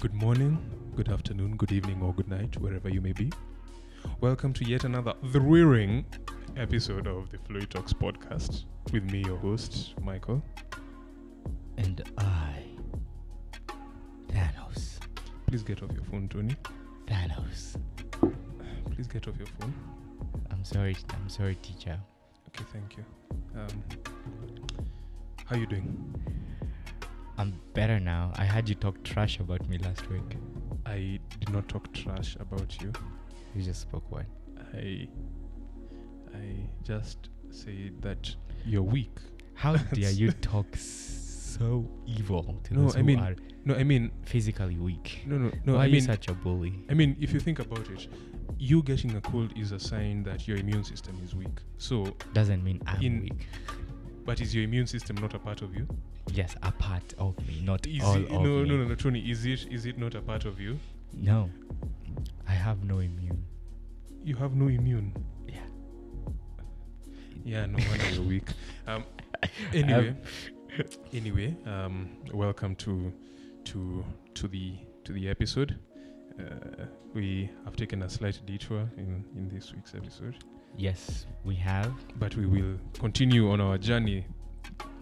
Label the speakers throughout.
Speaker 1: Good morning, good afternoon, good evening, or good night, wherever you may be. Welcome to yet another thrilling episode of the Fluid Talks podcast with me, your host, Michael.
Speaker 2: And I, Thanos.
Speaker 1: Please get off your phone, Tony.
Speaker 2: Thanos.
Speaker 1: Please get off your phone.
Speaker 2: I'm sorry. I'm sorry, teacher.
Speaker 1: Okay, thank you. Um, how you doing?
Speaker 2: I'm better now. I had you talk trash about me last week.
Speaker 1: I did not talk trash about you.
Speaker 2: You just spoke one.
Speaker 1: I, I just said that you're weak.
Speaker 2: How dare you talk s- so evil to
Speaker 1: No,
Speaker 2: those
Speaker 1: I
Speaker 2: who
Speaker 1: mean-
Speaker 2: are
Speaker 1: No, I mean,
Speaker 2: physically weak?
Speaker 1: no, no, no.
Speaker 2: Why
Speaker 1: I
Speaker 2: are you
Speaker 1: mean,
Speaker 2: such a bully?
Speaker 1: I mean, if you think about it, you getting a cold is a sign that your immune system is weak. So,
Speaker 2: Doesn't mean I'm
Speaker 1: in-
Speaker 2: weak.
Speaker 1: but is your immune system not a part of you?
Speaker 2: Yes, a part of me, not
Speaker 1: Is
Speaker 2: all
Speaker 1: it,
Speaker 2: of
Speaker 1: no,
Speaker 2: me.
Speaker 1: no, no, no, Tony. Is it is it not a part of you?
Speaker 2: No, I have no immune.
Speaker 1: You have no immune.
Speaker 2: Yeah.
Speaker 1: Yeah, no wonder you're weak. Um, anyway, anyway, um, welcome to to to the to the episode. Uh, we have taken a slight detour in in this week's episode.
Speaker 2: Yes, we have.
Speaker 1: but we will continue on our journey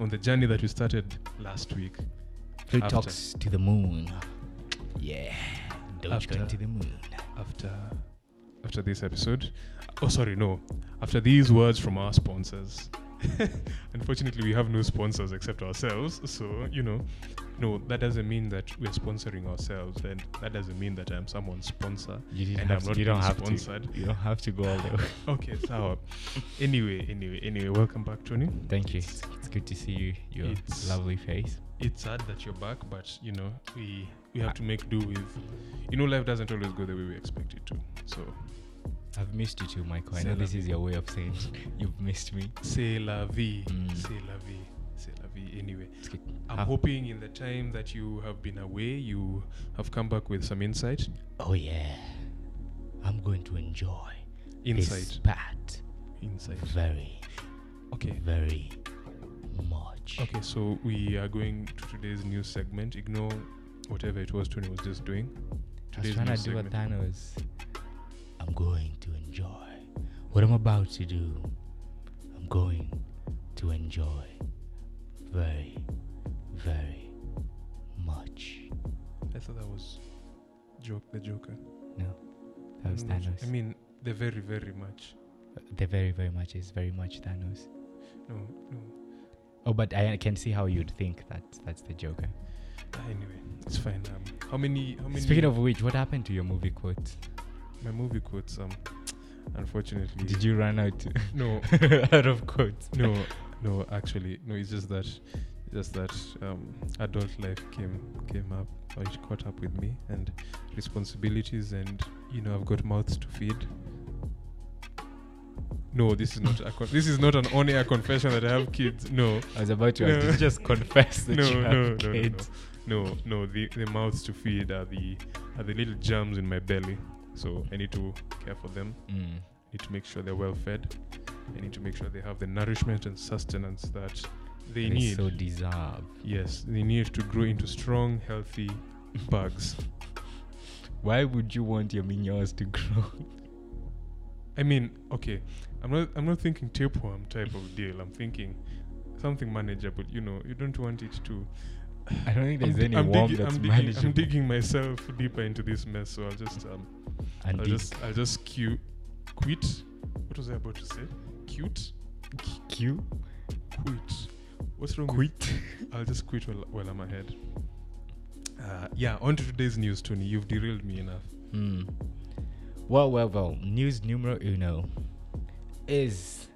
Speaker 1: on the journey that we started last week
Speaker 2: Fluid
Speaker 1: After.
Speaker 2: talks to the moon. Yeah. Doge
Speaker 1: After.
Speaker 2: going to the moon.
Speaker 1: after after this episode oh sorry no after these words from our sponsors unfortunately we have no sponsors except ourselves so you know no that doesn't mean that we're sponsoring ourselves and that doesn't mean that i'm someone's sponsor
Speaker 2: You didn't
Speaker 1: and
Speaker 2: have
Speaker 1: i'm
Speaker 2: to-
Speaker 1: not
Speaker 2: you don't
Speaker 1: being
Speaker 2: have to.
Speaker 1: sponsored
Speaker 2: You don't have to go all the way.
Speaker 1: okay so anyway anyway anyway welcome back tony
Speaker 2: Thank you.
Speaker 1: It's-
Speaker 2: It's good to see you. Your
Speaker 1: It's-
Speaker 2: lovely face.
Speaker 1: it's sad that you're back, but you know we we have to make do with. You know, life doesn't always go the way we expect it to. So
Speaker 2: I've missed you too, Michael. I
Speaker 1: C'est
Speaker 2: know
Speaker 1: la
Speaker 2: this is
Speaker 1: vie.
Speaker 2: your way of saying you've missed me.
Speaker 1: c'est la vie,
Speaker 2: Mm.
Speaker 1: c'est la vie, c'est la vie. Anyway,
Speaker 2: It's good.
Speaker 1: I'm
Speaker 2: Ah.
Speaker 1: hoping in the time that you have been away, you have come back with some insight.
Speaker 2: Oh yeah. I'm going to enjoy this
Speaker 1: Insight,
Speaker 2: part
Speaker 1: insight.
Speaker 2: very,
Speaker 1: Okay.
Speaker 2: very much.
Speaker 1: Okay, so we are going to today's news segment. Ignore whatever it was Tony was just doing.
Speaker 2: I was
Speaker 1: Today's
Speaker 2: trying to
Speaker 1: news
Speaker 2: do a
Speaker 1: segment.
Speaker 2: Thanos. I'm going to enjoy what I'm about to do. I'm going to enjoy very, very much.
Speaker 1: I thought that was joke the Joker.
Speaker 2: No, that was
Speaker 1: No,
Speaker 2: Thanos.
Speaker 1: I mean, the very very much.
Speaker 2: the very, very much is very much Thanos.
Speaker 1: No, no.
Speaker 2: Oh, but I can see how you'd think that that's the Joker.
Speaker 1: Ah, Anyway, it's fine. Um, how many? How many?
Speaker 2: Speaking of which, what happened to your movie quote?
Speaker 1: my movie quotes, um, unfortunately,
Speaker 2: Did you run out
Speaker 1: No,
Speaker 2: out of quotes?
Speaker 1: no, no. Actually, no. It's just that, just that um, adult life came came up, or it caught up with me, and responsibilities, and you know, I've got mouths to feed. No, this is not a con- this is not an on-air confession that I have kids. No,
Speaker 2: I was about to ask,
Speaker 1: No.
Speaker 2: did you just confess that
Speaker 1: no,
Speaker 2: you have
Speaker 1: no, no, no,
Speaker 2: kids.
Speaker 1: no, no, no. The the mouths to feed are the are the little germs in my belly, so I need to care for them.
Speaker 2: Mm.
Speaker 1: need to make sure they're well fed. I need to make sure they have the nourishment and sustenance that they, need.
Speaker 2: so deserve.
Speaker 1: yes, they need to grow into strong, healthy bugs.
Speaker 2: Why would you want your minions to grow?
Speaker 1: I mean, okay, I'm not I'm not thinking tapeworm type of deal. I'm thinking something manageable. You know, you don't want it to.
Speaker 2: I don't think
Speaker 1: I'm
Speaker 2: there's
Speaker 1: di-
Speaker 2: any
Speaker 1: I'm
Speaker 2: worm
Speaker 1: digging,
Speaker 2: that's
Speaker 1: I'm digging,
Speaker 2: manageable.
Speaker 1: I'm digging myself deeper into this mess, so I'll just um,
Speaker 2: And
Speaker 1: I'll
Speaker 2: dig.
Speaker 1: just I'll just cue, quit. What was I about to say? Cute,
Speaker 2: K- Q?
Speaker 1: quit. What's wrong? with-
Speaker 2: Quit?
Speaker 1: I'll just quit while, while I'm ahead. Uh, yeah, on to today's news, Tony. You've derailed me enough.
Speaker 2: Hmm. Well, well, well. News numero uno is.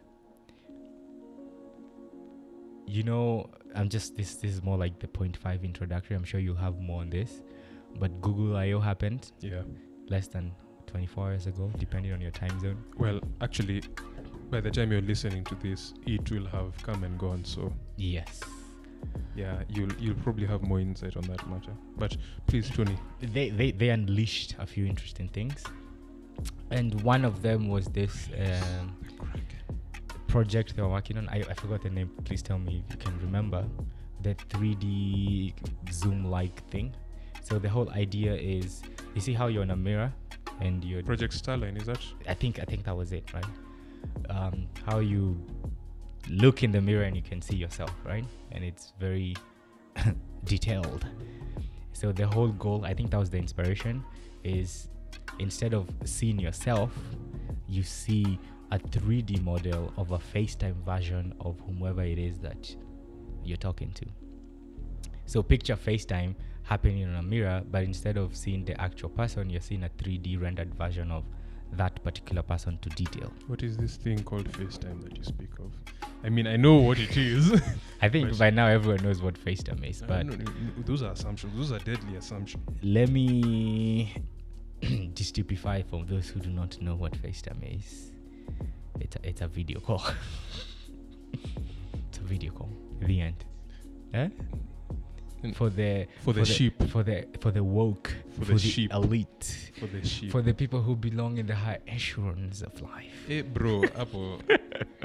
Speaker 2: You know, I'm just this. This is more like the point five introductory. I'm sure you'll have more on this, but Google I/O happened
Speaker 1: Yeah.
Speaker 2: less than 24 hours ago, depending on your time zone.
Speaker 1: Well, actually, by the time you're listening to this, it will have come and gone. So
Speaker 2: Yes.
Speaker 1: yeah, you'll you'll probably have more insight on that matter. But please, Tony.
Speaker 2: they, they they unleashed a few interesting things and one of them was this um, project they were working on I, I forgot the name please tell me if you can remember the 3d zoom like thing So the whole idea is, you see how you're in a mirror, and you're.
Speaker 1: Project Starline, is that?
Speaker 2: I think I think that was it, right? Um, how you look in the mirror and you can see yourself, right? And it's very detailed. So the whole goal, I think that was the inspiration, is instead of seeing yourself, you see a 3D model of a FaceTime version of whomever it is that you're talking to. So picture FaceTime happening in a mirror, but instead of seeing the actual person, you're seeing a 3D rendered version of that particular person to detail.
Speaker 1: What is this thing called FaceTime that you speak of? I mean, I know what it is.
Speaker 2: I think
Speaker 1: Right.
Speaker 2: by now everyone knows what FaceTime is,
Speaker 1: I
Speaker 2: but
Speaker 1: don't know, those are assumptions. Those are deadly assumptions.
Speaker 2: let me demystify for those who do not know what FaceTime is. It's a, it's a video call. it's a video call. The end. Eh?
Speaker 1: And
Speaker 2: For the
Speaker 1: Mm. for the sheep.
Speaker 2: for the for the woke,
Speaker 1: For the sheep.
Speaker 2: elite,
Speaker 1: For the sheep.
Speaker 2: for the people who belong in the high echelons of life.
Speaker 1: hey, Eh, bro, Apple.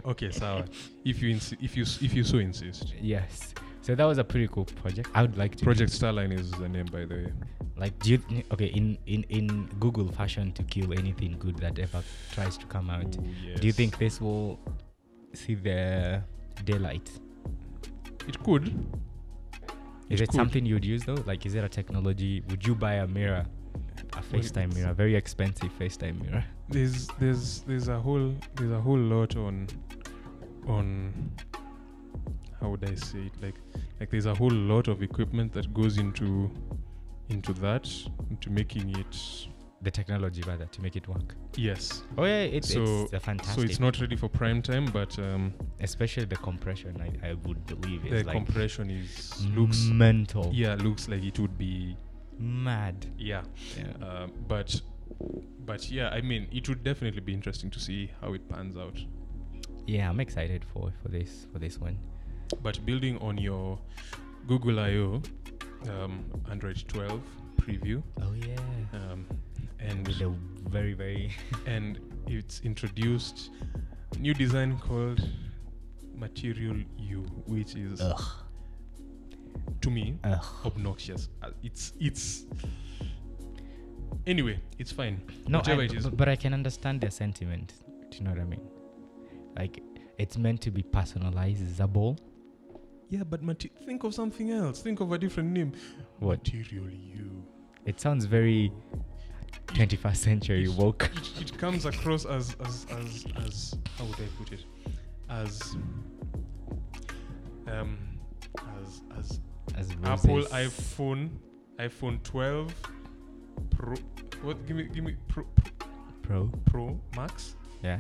Speaker 1: Okay, sour. If you insi- if you s- if you so insist.
Speaker 2: Yes. So that was a pretty cool project. I would like to
Speaker 1: Project Starline is the name, by the way.
Speaker 2: like do you okay in in in google fashion to kill anything good that ever tries to come out
Speaker 1: Oh,
Speaker 2: do you
Speaker 1: yes.
Speaker 2: think this will see the daylight
Speaker 1: it could?
Speaker 2: is
Speaker 1: It
Speaker 2: it
Speaker 1: could.
Speaker 2: something you'd use though like is it a technology would you buy a mirror a facetime
Speaker 1: it's-
Speaker 2: mirror very expensive facetime mirror
Speaker 1: There's there's there's a whole there's a whole lot on on how would I say it like like there's a whole lot of equipment that goes into into that into making it
Speaker 2: the technology rather to make it work
Speaker 1: yes
Speaker 2: oh yeah it's,
Speaker 1: So-
Speaker 2: it's a fantastic
Speaker 1: so it's not ready for prime time but um
Speaker 2: especially the compression i, I would believe
Speaker 1: the
Speaker 2: is like
Speaker 1: compression is looks
Speaker 2: mental
Speaker 1: yeah looks like it would be
Speaker 2: mad
Speaker 1: yeah
Speaker 2: yeah.
Speaker 1: uh, but but yeah i mean it would definitely be interesting to see how it pans out
Speaker 2: yeah i'm excited for for this for this one
Speaker 1: but building on your google io um, android 12 preview
Speaker 2: oh yeah
Speaker 1: um, and
Speaker 2: with a very very
Speaker 1: and it's introduced new design called material u which is
Speaker 2: ugh
Speaker 1: to me
Speaker 2: ugh
Speaker 1: obnoxious Uh, it's it's anyway it's fine
Speaker 2: no I,
Speaker 1: Whatever it is.
Speaker 2: but, but i can understand their sentiment do you know what i mean like it's meant to be personalizable
Speaker 1: yeah but mate- think of something else think of a different name
Speaker 2: what
Speaker 1: material u
Speaker 2: it sounds very 21st century
Speaker 1: It's-
Speaker 2: woke
Speaker 1: it, it comes across as as as as how would I put it? As um as as
Speaker 2: as
Speaker 1: Apple
Speaker 2: roses.
Speaker 1: iPhone iPhone 12 Pro what give me give me Pro Pro,
Speaker 2: pro
Speaker 1: Pro Max?
Speaker 2: yeah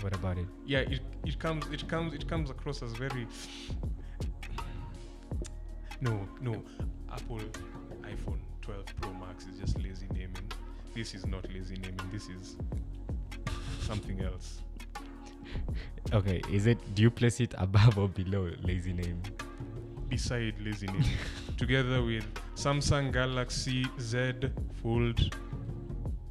Speaker 2: what about it
Speaker 1: Yeah, it it comes it comes it comes across as very No, no. Apple iPhone 12 Pro Max is just lazy naming. This is not lazy naming. This is something else.
Speaker 2: okay is it do you place it above or below lazy name
Speaker 1: beside laziness together with Samsung Galaxy Z Fold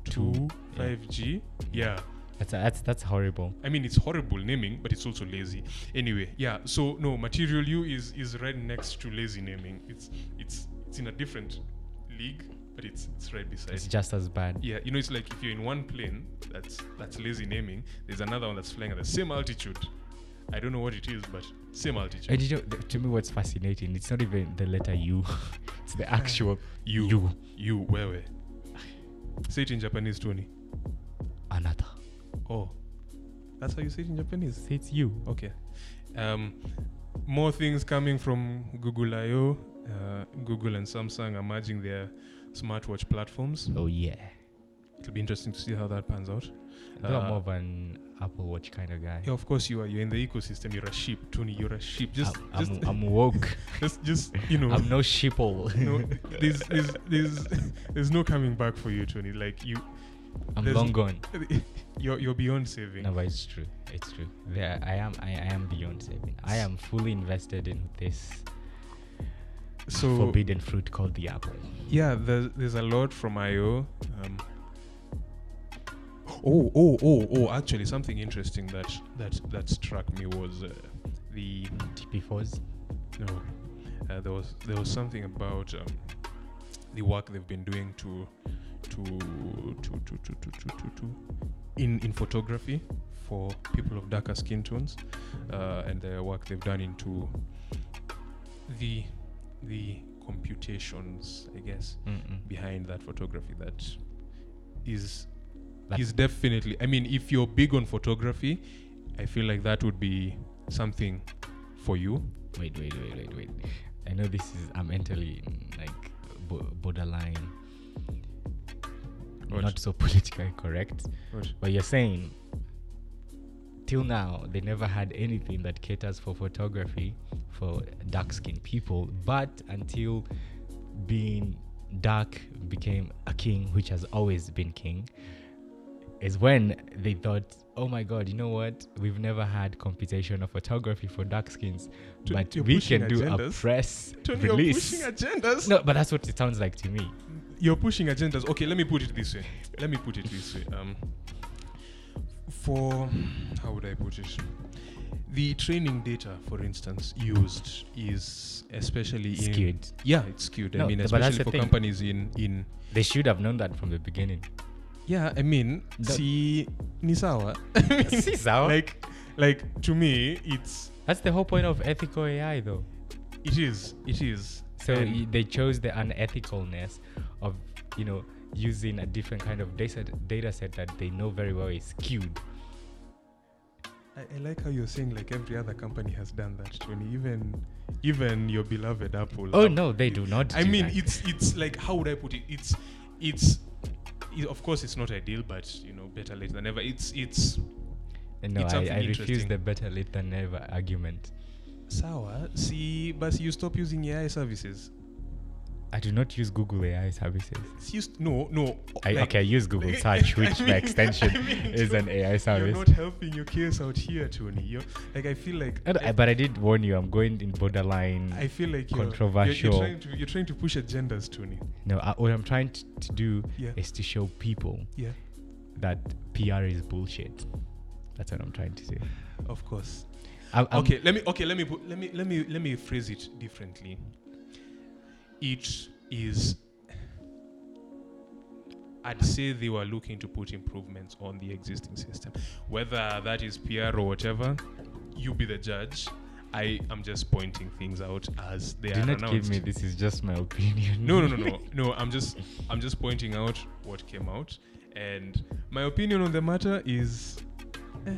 Speaker 1: 2
Speaker 2: yeah.
Speaker 1: 5G. Yeah.
Speaker 2: that's that's that's horrible
Speaker 1: I mean it's horrible naming, but it's also lazy. Anyway, yeah. So no, Material U is is right next to lazy naming. It's it's it's in a different league, but it's it's right beside.
Speaker 2: it's just as bad
Speaker 1: yeah, you know, it's like if you're in one plane, that's that's lazy naming. There's another one that's flying at the same altitude. I don't know what it is, but same altitude.
Speaker 2: And you know, th- to me, what's fascinating, it's not even the letter U, it's the actual
Speaker 1: You.
Speaker 2: You.
Speaker 1: You, wewe. Say it in Japanese, Tony.
Speaker 2: another.
Speaker 1: Oh. That's how you say it in Japanese?
Speaker 2: So it's you.
Speaker 1: Okay. Um, more things coming from Google I.O. Uh, Google and Samsung are merging their smartwatch platforms.
Speaker 2: Oh, yeah.
Speaker 1: It'll be interesting to see how that pans out.
Speaker 2: I'm
Speaker 1: Uh,
Speaker 2: more of an Apple Watch kind of guy.
Speaker 1: Yeah, of course you are. You're in the ecosystem. You're a sheep, Tony. You're a sheep. Just,
Speaker 2: I'm,
Speaker 1: just,
Speaker 2: I'm, I'm woke.
Speaker 1: just, just, you know.
Speaker 2: I'm no sheeple.
Speaker 1: no, there's, there's, there's, there's no coming back for you, Tony. Like you,
Speaker 2: I'm
Speaker 1: there's-
Speaker 2: long gone.
Speaker 1: you're, you're beyond saving.
Speaker 2: No, but it's true. It's true. There, I am. I, I am beyond saving. I am fully invested in this
Speaker 1: so
Speaker 2: forbidden fruit called the apple.
Speaker 1: yeah there's, there's a lot from io um, oh oh oh oh actually something interesting that that that struck me was uh, the
Speaker 2: TP4s.
Speaker 1: no uh, there was there was something about um, the work they've been doing to to to to to to to, to, to in in photography for people of darker skin tones, uh, and the work they've done into the the computations, I guess,
Speaker 2: Mm-mm.
Speaker 1: behind that photography that is
Speaker 2: That-
Speaker 1: is definitely. I mean, if you're big on photography, I feel like that would be something for you.
Speaker 2: Wait, wait, wait, wait, wait. I know this is I'm mentally mm, like bo- borderline,
Speaker 1: What?
Speaker 2: not so politically correct.
Speaker 1: What?
Speaker 2: But you're saying till now they never had anything that caters for photography for dark skinned people, but until being dark became a king, which has always been king, is when they thought, Oh my god, you know what? We've never had computational photography for dark skins,
Speaker 1: Tony,
Speaker 2: but
Speaker 1: you're
Speaker 2: we
Speaker 1: pushing
Speaker 2: can do a
Speaker 1: agendas.
Speaker 2: press
Speaker 1: Tony,
Speaker 2: release.
Speaker 1: you're pushing agendas.
Speaker 2: no, but that's what it sounds like to me.
Speaker 1: you're pushing agendas. Okay, let me put it this way. Let me put it this way. Um, for how would I put it? The training data, for instance, used is especially in
Speaker 2: Skewed.
Speaker 1: Yeah, it's skewed. I
Speaker 2: No,
Speaker 1: mean,
Speaker 2: th- but that's
Speaker 1: especially
Speaker 2: the
Speaker 1: for
Speaker 2: thing.
Speaker 1: companies in in.
Speaker 2: They should have known that from the beginning.
Speaker 1: Yeah, I mean,
Speaker 2: That-
Speaker 1: see, Nisawa.
Speaker 2: See, Zao?
Speaker 1: like, like to me, it's
Speaker 2: That's the whole point of ethical AI, though.
Speaker 1: it is it is.
Speaker 2: So
Speaker 1: And-
Speaker 2: y they chose the unethicalness of, you know, using a different kind of data, data set that they know very well is skewed.
Speaker 1: I, I like how you're saying like every other company has done that, Tony. Even even your beloved Apple.
Speaker 2: Oh
Speaker 1: Apple-
Speaker 2: no, they do not.
Speaker 1: I
Speaker 2: do
Speaker 1: mean,
Speaker 2: that.
Speaker 1: it's it's like how would I put it? It's it's it, of course it's not ideal, but you know, better late than never. It's it's
Speaker 2: no.
Speaker 1: it's
Speaker 2: I,
Speaker 1: something
Speaker 2: I refuse
Speaker 1: interesting.
Speaker 2: the better late than never argument.
Speaker 1: sour. See, but you stop using AI services.
Speaker 2: I do not use Google AI services.
Speaker 1: It's used, no, no.
Speaker 2: I,
Speaker 1: like,
Speaker 2: okay, I use Google
Speaker 1: like-
Speaker 2: Search, which
Speaker 1: I
Speaker 2: by
Speaker 1: mean-
Speaker 2: extension
Speaker 1: I mean,
Speaker 2: is an AI
Speaker 1: You're
Speaker 2: service.
Speaker 1: not helping your case out here, Tony. You're, like I feel like
Speaker 2: And I- Uh, but I did warn you, I'm going in borderline.
Speaker 1: I feel like you're,
Speaker 2: Controversial.
Speaker 1: You're, you're trying to you're trying to push agendas, Tony.
Speaker 2: no, I, what I'm trying to, to do
Speaker 1: Yeah.
Speaker 2: is to show people
Speaker 1: Yeah,
Speaker 2: that PR is bullshit. That's what I'm trying to do.
Speaker 1: of course.
Speaker 2: I'm, I'm-
Speaker 1: okay let me okay let me put, let me let me let me phrase it differently it is i'd say they were looking to put improvements on the existing system whether that is pr or whatever you be the judge i am just pointing things out as they
Speaker 2: Do
Speaker 1: are
Speaker 2: not
Speaker 1: announced
Speaker 2: give me this is just my opinion.
Speaker 1: no no no no no i'm just i'm just pointing out what came out and my opinion on the matter is eh,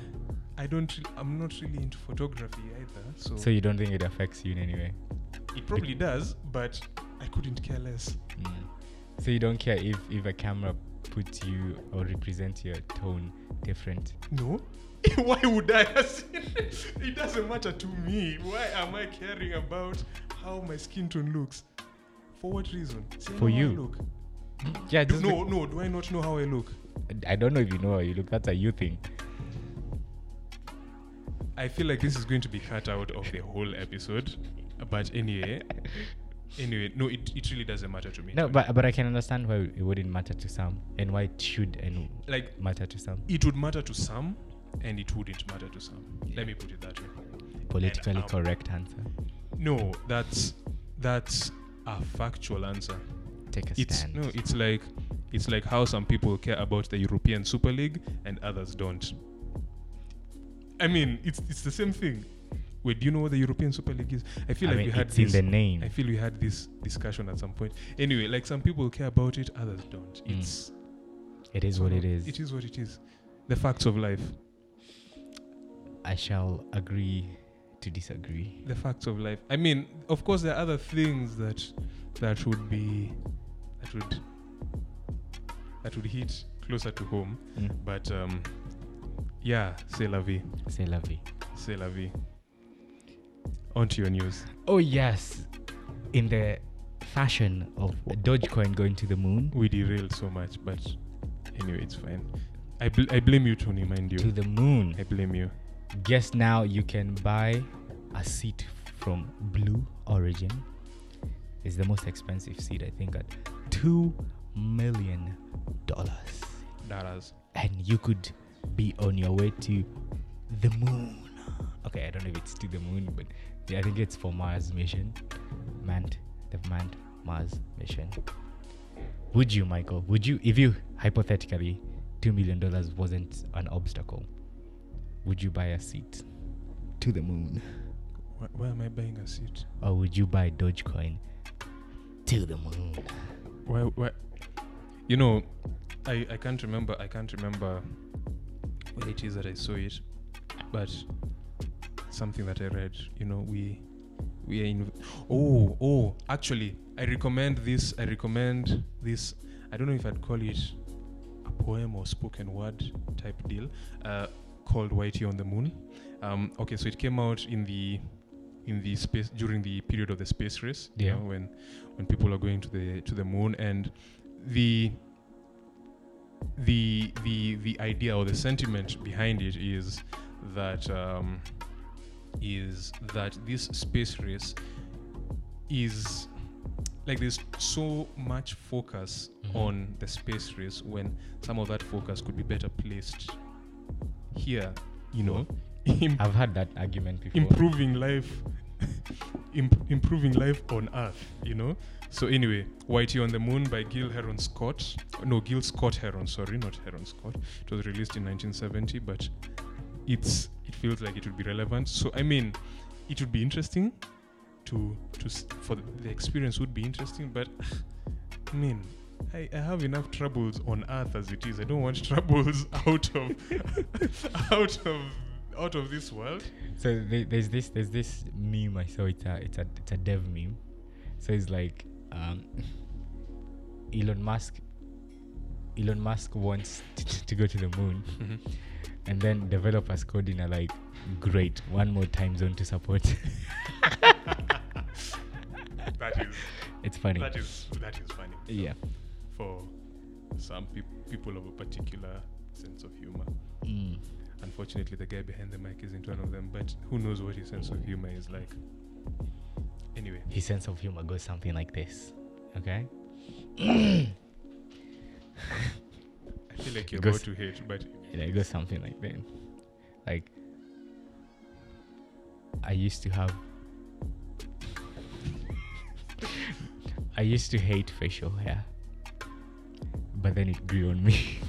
Speaker 1: i don't re- i'm not really into photography either so,
Speaker 2: so you don't think it affects you in any way?
Speaker 1: it probably does but i couldn't care less
Speaker 2: Mm. So you don't care if if a camera puts you or represents your tone different.
Speaker 1: no why would i it doesn't matter to me why am i caring about how my skin tone looks for what reason See, I
Speaker 2: For
Speaker 1: know how I
Speaker 2: you.
Speaker 1: look.
Speaker 2: Yeah,
Speaker 1: Do,
Speaker 2: just
Speaker 1: no no do i not know how i look
Speaker 2: I don't know if you know how you look. That's a you thing.
Speaker 1: I feel like this is going to be cut out of the whole episode. But anyway, anyway, no, it, it really doesn't matter to me.
Speaker 2: No, but but I can understand why it wouldn't matter to some and why it should and
Speaker 1: like
Speaker 2: matter to some.
Speaker 1: it would matter to some, and it wouldn't matter to some. Let me put it that way.
Speaker 2: Politically
Speaker 1: um,
Speaker 2: correct answer.
Speaker 1: No, that's that's a factual answer.
Speaker 2: Take a
Speaker 1: It's
Speaker 2: stand.
Speaker 1: no, it's like it's like how some people care about the European Super League and others don't. I mean, it's it's the same thing. Wait, do you know what the European Super League is? I feel
Speaker 2: I
Speaker 1: like
Speaker 2: mean,
Speaker 1: we had
Speaker 2: it's
Speaker 1: this.
Speaker 2: in the name.
Speaker 1: I feel we had this discussion at some point. Anyway, like some people care about it, others don't.
Speaker 2: Mm.
Speaker 1: It's
Speaker 2: it is
Speaker 1: so
Speaker 2: what
Speaker 1: no,
Speaker 2: it is.
Speaker 1: Mm-hmm. It is what it is. The facts of life.
Speaker 2: I shall agree to disagree.
Speaker 1: The facts of life. I mean, of course, there are other things that that would be that would that would hit closer to home.
Speaker 2: Mm.
Speaker 1: But um, yeah, c'est la vie,
Speaker 2: Say lovey.
Speaker 1: c'est la vie. On to your news.
Speaker 2: Oh yes, in the fashion of Dogecoin going to the moon,
Speaker 1: We derailed so much, but anyway, it's fine. I, bl- I blame you, Tony. Mind
Speaker 2: to
Speaker 1: you,
Speaker 2: the moon.
Speaker 1: I blame you.
Speaker 2: Guess now you can buy a seat from Blue Origin. It's the most expensive seat I think at two million dollars,
Speaker 1: Dollars.
Speaker 2: and you could be on your way to the moon. Okay, I don't know if it's to the moon, but yeah, I think it's for Mars mission, manned the manned Mars mission. Would you, Michael? Would you, if you hypothetically, two million dollars wasn't an obstacle, would you buy a seat to the moon,
Speaker 1: Why, why am I buying a suit?
Speaker 2: or would you buy Dogecoin to the moon?
Speaker 1: Why, why? You know, I, I can't remember. I can't remember where it is that I saw it, but something that I read. You know, we we are in. Oh, oh. Actually, I recommend this. I recommend this. I don't know if I'd call it a poem or spoken word type deal. Uh, called Whitey on the Moon. Um, okay, so it came out in the in the space during the period of the space race.
Speaker 2: Yeah.
Speaker 1: You know, when when people are going to the to the moon and the the the the idea or the sentiment behind it is that um, is that this space race is like there's so much focus
Speaker 2: Mhm.
Speaker 1: on the space race when some of that focus could be better placed here you know im-
Speaker 2: I've had that argument before.
Speaker 1: improving life imp- improving life on earth you know so anyway whitey on the moon by gil heron scott no gil scott heron sorry not heron scott it was released in 1970 but it's it feels like it would be relevant so i mean it would be interesting to to s- for the, the experience would be interesting but i mean I, I have enough troubles on earth as it is i don't want troubles out of out of out of this world
Speaker 2: So there- there's this there's this meme I saw. It's a it's a it's a dev meme. So it's like um, Elon Musk. Elon Musk wants t- t- to go to the moon,
Speaker 1: Mm-hmm.
Speaker 2: and then developers coding are like, "Great, one more time zone to support."
Speaker 1: That is
Speaker 2: it's funny.
Speaker 1: that is that is funny.
Speaker 2: yeah.
Speaker 1: For some peop- people of a particular sense of humor.
Speaker 2: Mm.
Speaker 1: Unfortunately, the guy behind the mic isn't one of them. But who knows what his sense of humor is like? Anyway,
Speaker 2: His sense of humor goes something like this. Okay.
Speaker 1: I feel like you're
Speaker 2: Goes-
Speaker 1: about to hate, but
Speaker 2: Yeah, it goes something like that. Like, I used to have. I used to hate facial hair, but then it grew on me.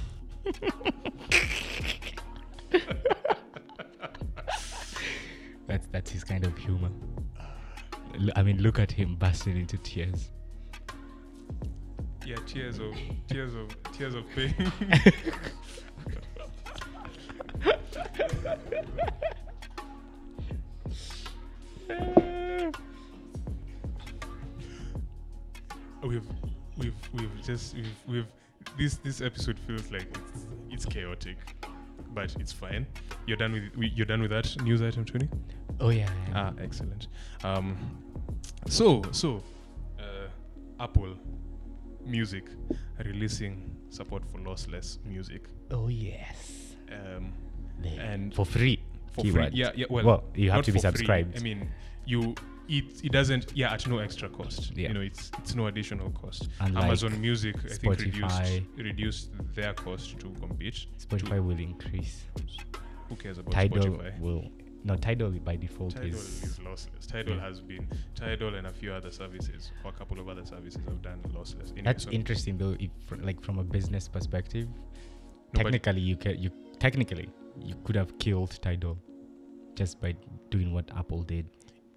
Speaker 2: that's that's his kind of humor. L- I mean, look at him bursting into tears.
Speaker 1: yeah, tears of tears of tears of pain. we've we've we've just we've we've this this episode feels like it's, it's chaotic, but it's fine. You're done with we- you're done with that news item, Tony.
Speaker 2: Oh yeah. yeah.
Speaker 1: Ah, excellent. Um, so so, uh, Apple Music releasing support for lossless music.
Speaker 2: Oh yes.
Speaker 1: Um,
Speaker 2: They-
Speaker 1: And-
Speaker 2: for free.
Speaker 1: for
Speaker 2: keyword.
Speaker 1: free. Yeah, yeah. Well,
Speaker 2: Well, you have
Speaker 1: not
Speaker 2: to be
Speaker 1: for free.
Speaker 2: subscribed.
Speaker 1: I mean, you it it doesn't. Yeah, at no extra cost.
Speaker 2: Yeah.
Speaker 1: You know, it's it's no additional cost.
Speaker 2: Unlike
Speaker 1: Amazon Music, I think, reduced
Speaker 2: Spotify.
Speaker 1: reduced their cost to compete.
Speaker 2: Spotify will increase.
Speaker 1: Who cares about
Speaker 2: Tidal
Speaker 1: Spotify?
Speaker 2: will no Tidal by default
Speaker 1: Tidal
Speaker 2: is,
Speaker 1: is lossless. Tidal
Speaker 2: yeah.
Speaker 1: has been Tidal and a few other services or a couple of other services have done lossless. Anyway,
Speaker 2: that's
Speaker 1: so-
Speaker 2: interesting though if fr- like from a business perspective
Speaker 1: but-
Speaker 2: technically you can you technically you could have killed Tidal just by doing what Apple did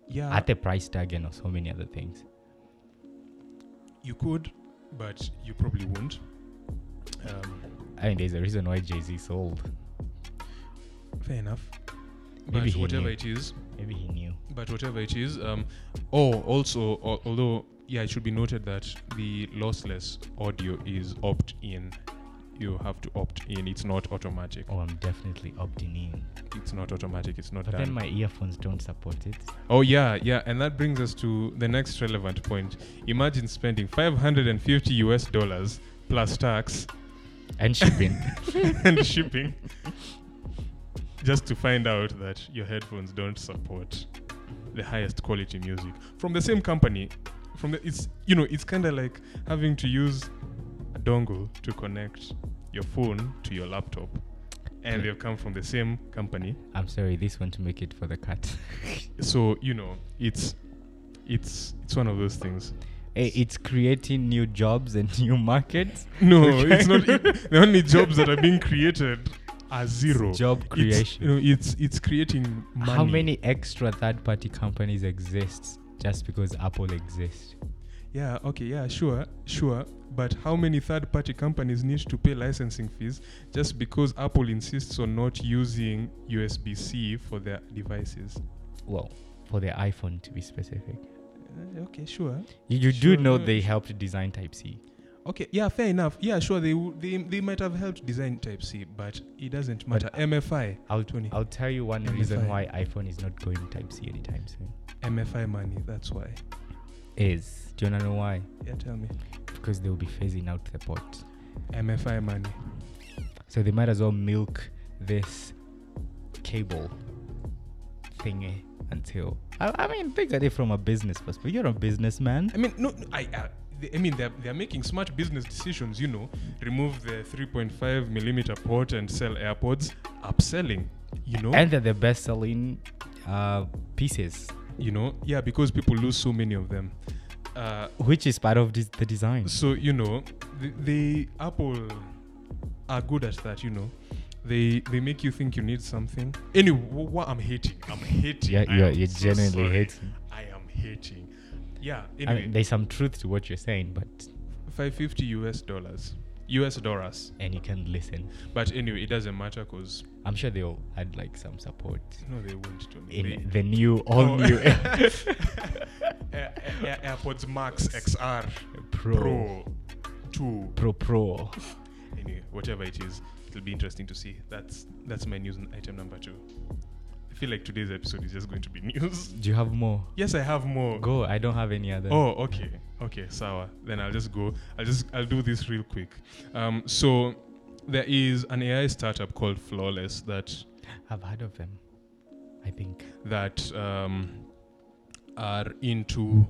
Speaker 1: Yeah,
Speaker 2: at the price tag and so many other things
Speaker 1: you could, but you probably won't. Um,
Speaker 2: I mean there's a reason why Jay-Z sold
Speaker 1: fair enough.
Speaker 2: Maybe
Speaker 1: but
Speaker 2: he
Speaker 1: whatever
Speaker 2: knew.
Speaker 1: it is,
Speaker 2: maybe he knew
Speaker 1: but whatever it is um oh also al- although yeah it should be noted that the lossless audio is opt in you have to opt in it's not automatic
Speaker 2: oh I'm definitely opting in
Speaker 1: it's not automatic it's not
Speaker 2: but then
Speaker 1: done
Speaker 2: my earphones don't support it
Speaker 1: oh yeah yeah and that brings us to the next relevant point imagine spending 550 us dollars plus tax
Speaker 2: and shipping
Speaker 1: and shipping just to find out that your headphones don't support the highest quality music from the same company from the, it's you know it's kind of like having to use a dongle to connect your phone to your laptop and
Speaker 2: Yeah.
Speaker 1: they've come from the same company
Speaker 2: I'm sorry this one to make it for the cut
Speaker 1: so you know it's it's it's one of those things
Speaker 2: Hey, it's creating new jobs and new markets.
Speaker 1: No,
Speaker 2: Okay.
Speaker 1: it's not. It, the only jobs that are being created are zero.
Speaker 2: Job
Speaker 1: It's, you
Speaker 2: creation.
Speaker 1: know, it's it's creating money.
Speaker 2: How many extra third-party companies exists just because Apple exists?
Speaker 1: Yeah. Okay. Yeah. Sure. Sure. But how many third-party companies need to pay licensing fees just because Apple insists on not using USB-C for their devices?
Speaker 2: Well, for the iPhone to be specific.
Speaker 1: Uh, okay. Sure.
Speaker 2: You, you
Speaker 1: Sure,
Speaker 2: do know
Speaker 1: no.
Speaker 2: they helped design Type C.
Speaker 1: Okay, yeah, fair enough. Yeah, sure, they w- they, they might have helped design Type C, but it doesn't matter. MFI,
Speaker 2: I'll,
Speaker 1: 20.
Speaker 2: I'll tell you one
Speaker 1: Can we
Speaker 2: reason
Speaker 1: find-
Speaker 2: why iPhone is not going Type C anytime soon.
Speaker 1: MFI money, that's why.
Speaker 2: Is do you wanna know why?
Speaker 1: Yeah, tell me.
Speaker 2: Because they will be phasing out the port.
Speaker 1: MFI money.
Speaker 2: So they might as well milk this cable thingy until. I, I mean, think at it from a business perspective. You're a businessman.
Speaker 1: I mean, no, no, I, I, they- I mean, they're, they're making smart business decisions, you know. Remove the 3.5 millimeter port and sell AirPods. Upselling, you know.
Speaker 2: And they're the best selling uh, pieces,
Speaker 1: you know, yeah, because people lose so many of them. Uh,
Speaker 2: which is part of this, the design.
Speaker 1: so you know the, the apple are good at that you know they they make you think you need something anyway wh- what i'm hating i'm hating
Speaker 2: Yeah,
Speaker 1: I
Speaker 2: you're-
Speaker 1: am
Speaker 2: you're
Speaker 1: so
Speaker 2: genuinely
Speaker 1: sorry.
Speaker 2: hating.
Speaker 1: i am hating yeah
Speaker 2: I
Speaker 1: anyway
Speaker 2: mean, there's some truth to what you're saying, but.
Speaker 1: 550 us dollars us dollars
Speaker 2: And you can listen.
Speaker 1: but anyway it doesn't matter because
Speaker 2: I'm sure they'll add like some support
Speaker 1: no they won't do
Speaker 2: in the new, all
Speaker 1: Oh.
Speaker 2: new
Speaker 1: airpods max xr
Speaker 2: Pro. Pro.
Speaker 1: pro 2
Speaker 2: Pro
Speaker 1: anyway, whatever it is, it'll be interesting to see. That's that's my news n- item number two. I feel like today's episode is just going to be news.
Speaker 2: Do you have more?
Speaker 1: Yes, I have more.
Speaker 2: Go. I don't have any other.
Speaker 1: Oh, okay, okay, sour. Then I'll just go. I'll just I'll do this real quick. Um, so there is an AI startup called Flawless that
Speaker 2: I've heard of them. I think.
Speaker 1: that um, are into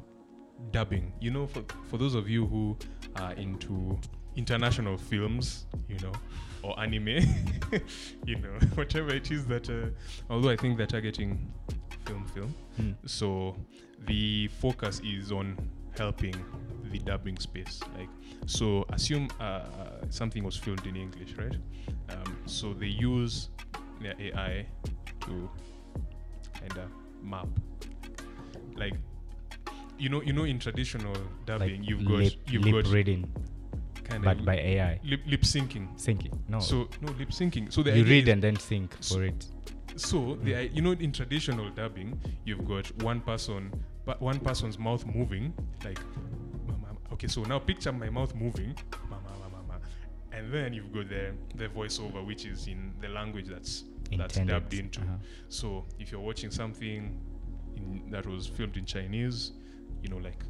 Speaker 1: dubbing. You know, for, for those of you who are into international films, you know, or anime, you know, whatever it is that, uh, although I think they're targeting film, film. Hmm.
Speaker 2: Hmm.
Speaker 1: So the focus is on helping the dubbing space. Like, so assume uh, uh, something was filmed in English, right? Um, so they use their AI to kind of map, like. You know, you know, in traditional dubbing, you've got
Speaker 2: lip,
Speaker 1: you've
Speaker 2: lip
Speaker 1: got
Speaker 2: reading,
Speaker 1: kind
Speaker 2: but
Speaker 1: of
Speaker 2: by AI.
Speaker 1: lip, lip syncing.
Speaker 2: Syncing. No.
Speaker 1: So no lip syncing. So the
Speaker 2: you
Speaker 1: idea
Speaker 2: read
Speaker 1: is-
Speaker 2: and then sync
Speaker 1: so-
Speaker 2: for it.
Speaker 1: so the i- you know in traditional dubbing, you've got one person, but one person's mouth moving, like, mama, mama." okay. So now picture my mouth moving, mama, mama, mama. and then you've got the the voiceover, which is in the language that's that's
Speaker 2: Intended.
Speaker 1: dubbed into.
Speaker 2: Uh-huh.
Speaker 1: So if you're watching something in, that was filmed in Chinese, you know, like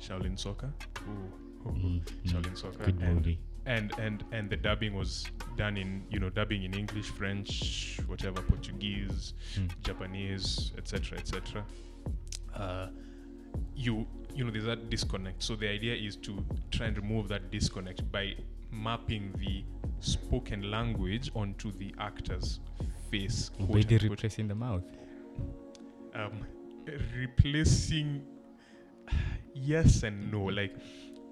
Speaker 1: Shaolin Soccer, ooh, ooh, ooh,
Speaker 2: Mm,
Speaker 1: Shaolin Soccer,
Speaker 2: Good
Speaker 1: and
Speaker 2: movie.
Speaker 1: and and and the dubbing was done in you know dubbing in english french whatever portuguese
Speaker 2: Mm.
Speaker 1: japanese etc etc uh, you you know there's that disconnect so the idea is to try and remove that disconnect by mapping the spoken language onto the actor's face
Speaker 2: Were
Speaker 1: quote
Speaker 2: they
Speaker 1: unquote.
Speaker 2: replacing the mouth?
Speaker 1: um, replacing yes and no
Speaker 2: Mm-hmm.
Speaker 1: like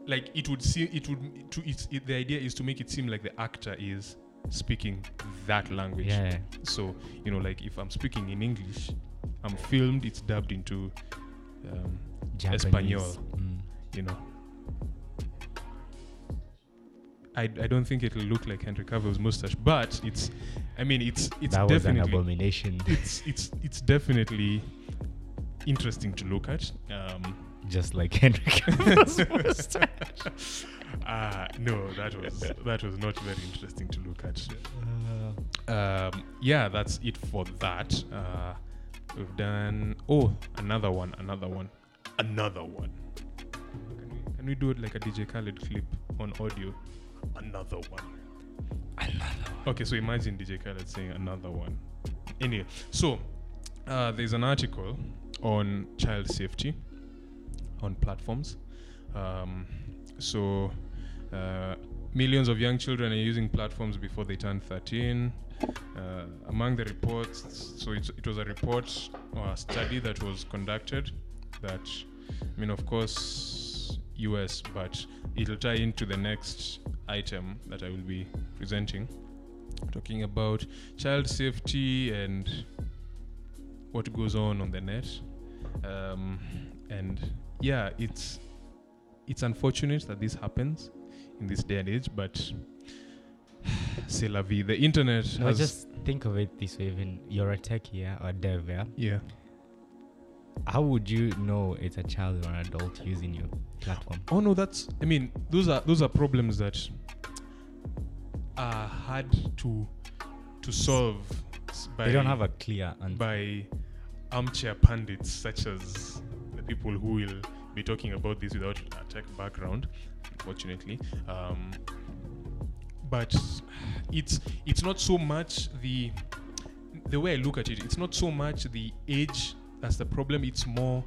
Speaker 1: like it would seem it would to it's it, the idea is to make it seem like the actor is speaking that language
Speaker 2: Yeah.
Speaker 1: so you know like if i'm speaking in english i'm filmed it's dubbed into um,
Speaker 2: Japanese.
Speaker 1: Espanol.
Speaker 2: Mm.
Speaker 1: you know I, I don't think it'll look like henry cavill's mustache but it's i mean it's it's
Speaker 2: that was an
Speaker 1: definitely
Speaker 2: abomination.
Speaker 1: it's it's it's definitely interesting to look at. Um,
Speaker 2: Just like Henry Cavill's mustache.
Speaker 1: uh, no, that was that was not very interesting to look at.
Speaker 2: Uh,
Speaker 1: Um, yeah, that's it for that. Uh, we've done oh another one, another one, another one. Can we can we do it like a DJ Khaled clip on audio? Another one.
Speaker 2: another one.
Speaker 1: Okay, so imagine DJ Khaled saying another one. Anyway, so uh, there's an article on child safety on platforms. Um, so uh, millions of young children are using platforms before they turn 13. Uh, among the reports, so it's, it was a report or a study that was conducted that, I mean, of course, US, but it'll tie into the next item that I will be presenting, talking about child safety and what goes on on the net. Um, and yeah, it's it's unfortunate that this happens in this day and age, but c'est la vie. The internet
Speaker 2: No,
Speaker 1: has
Speaker 2: just think of it this way: even you're a tech, yeah, or dev, yeah.
Speaker 1: yeah.
Speaker 2: How would you know it's a child or an adult using your platform?
Speaker 1: Oh no, that's. I mean, those are those are problems that are hard to to solve s- by
Speaker 2: they don't have a clear answer.
Speaker 1: by armchair pundits such as the people who will be talking about this without a tech background, unfortunately. Um, but it's it's not so much the the way I look at it. It's not so much the age that's the problem. It's more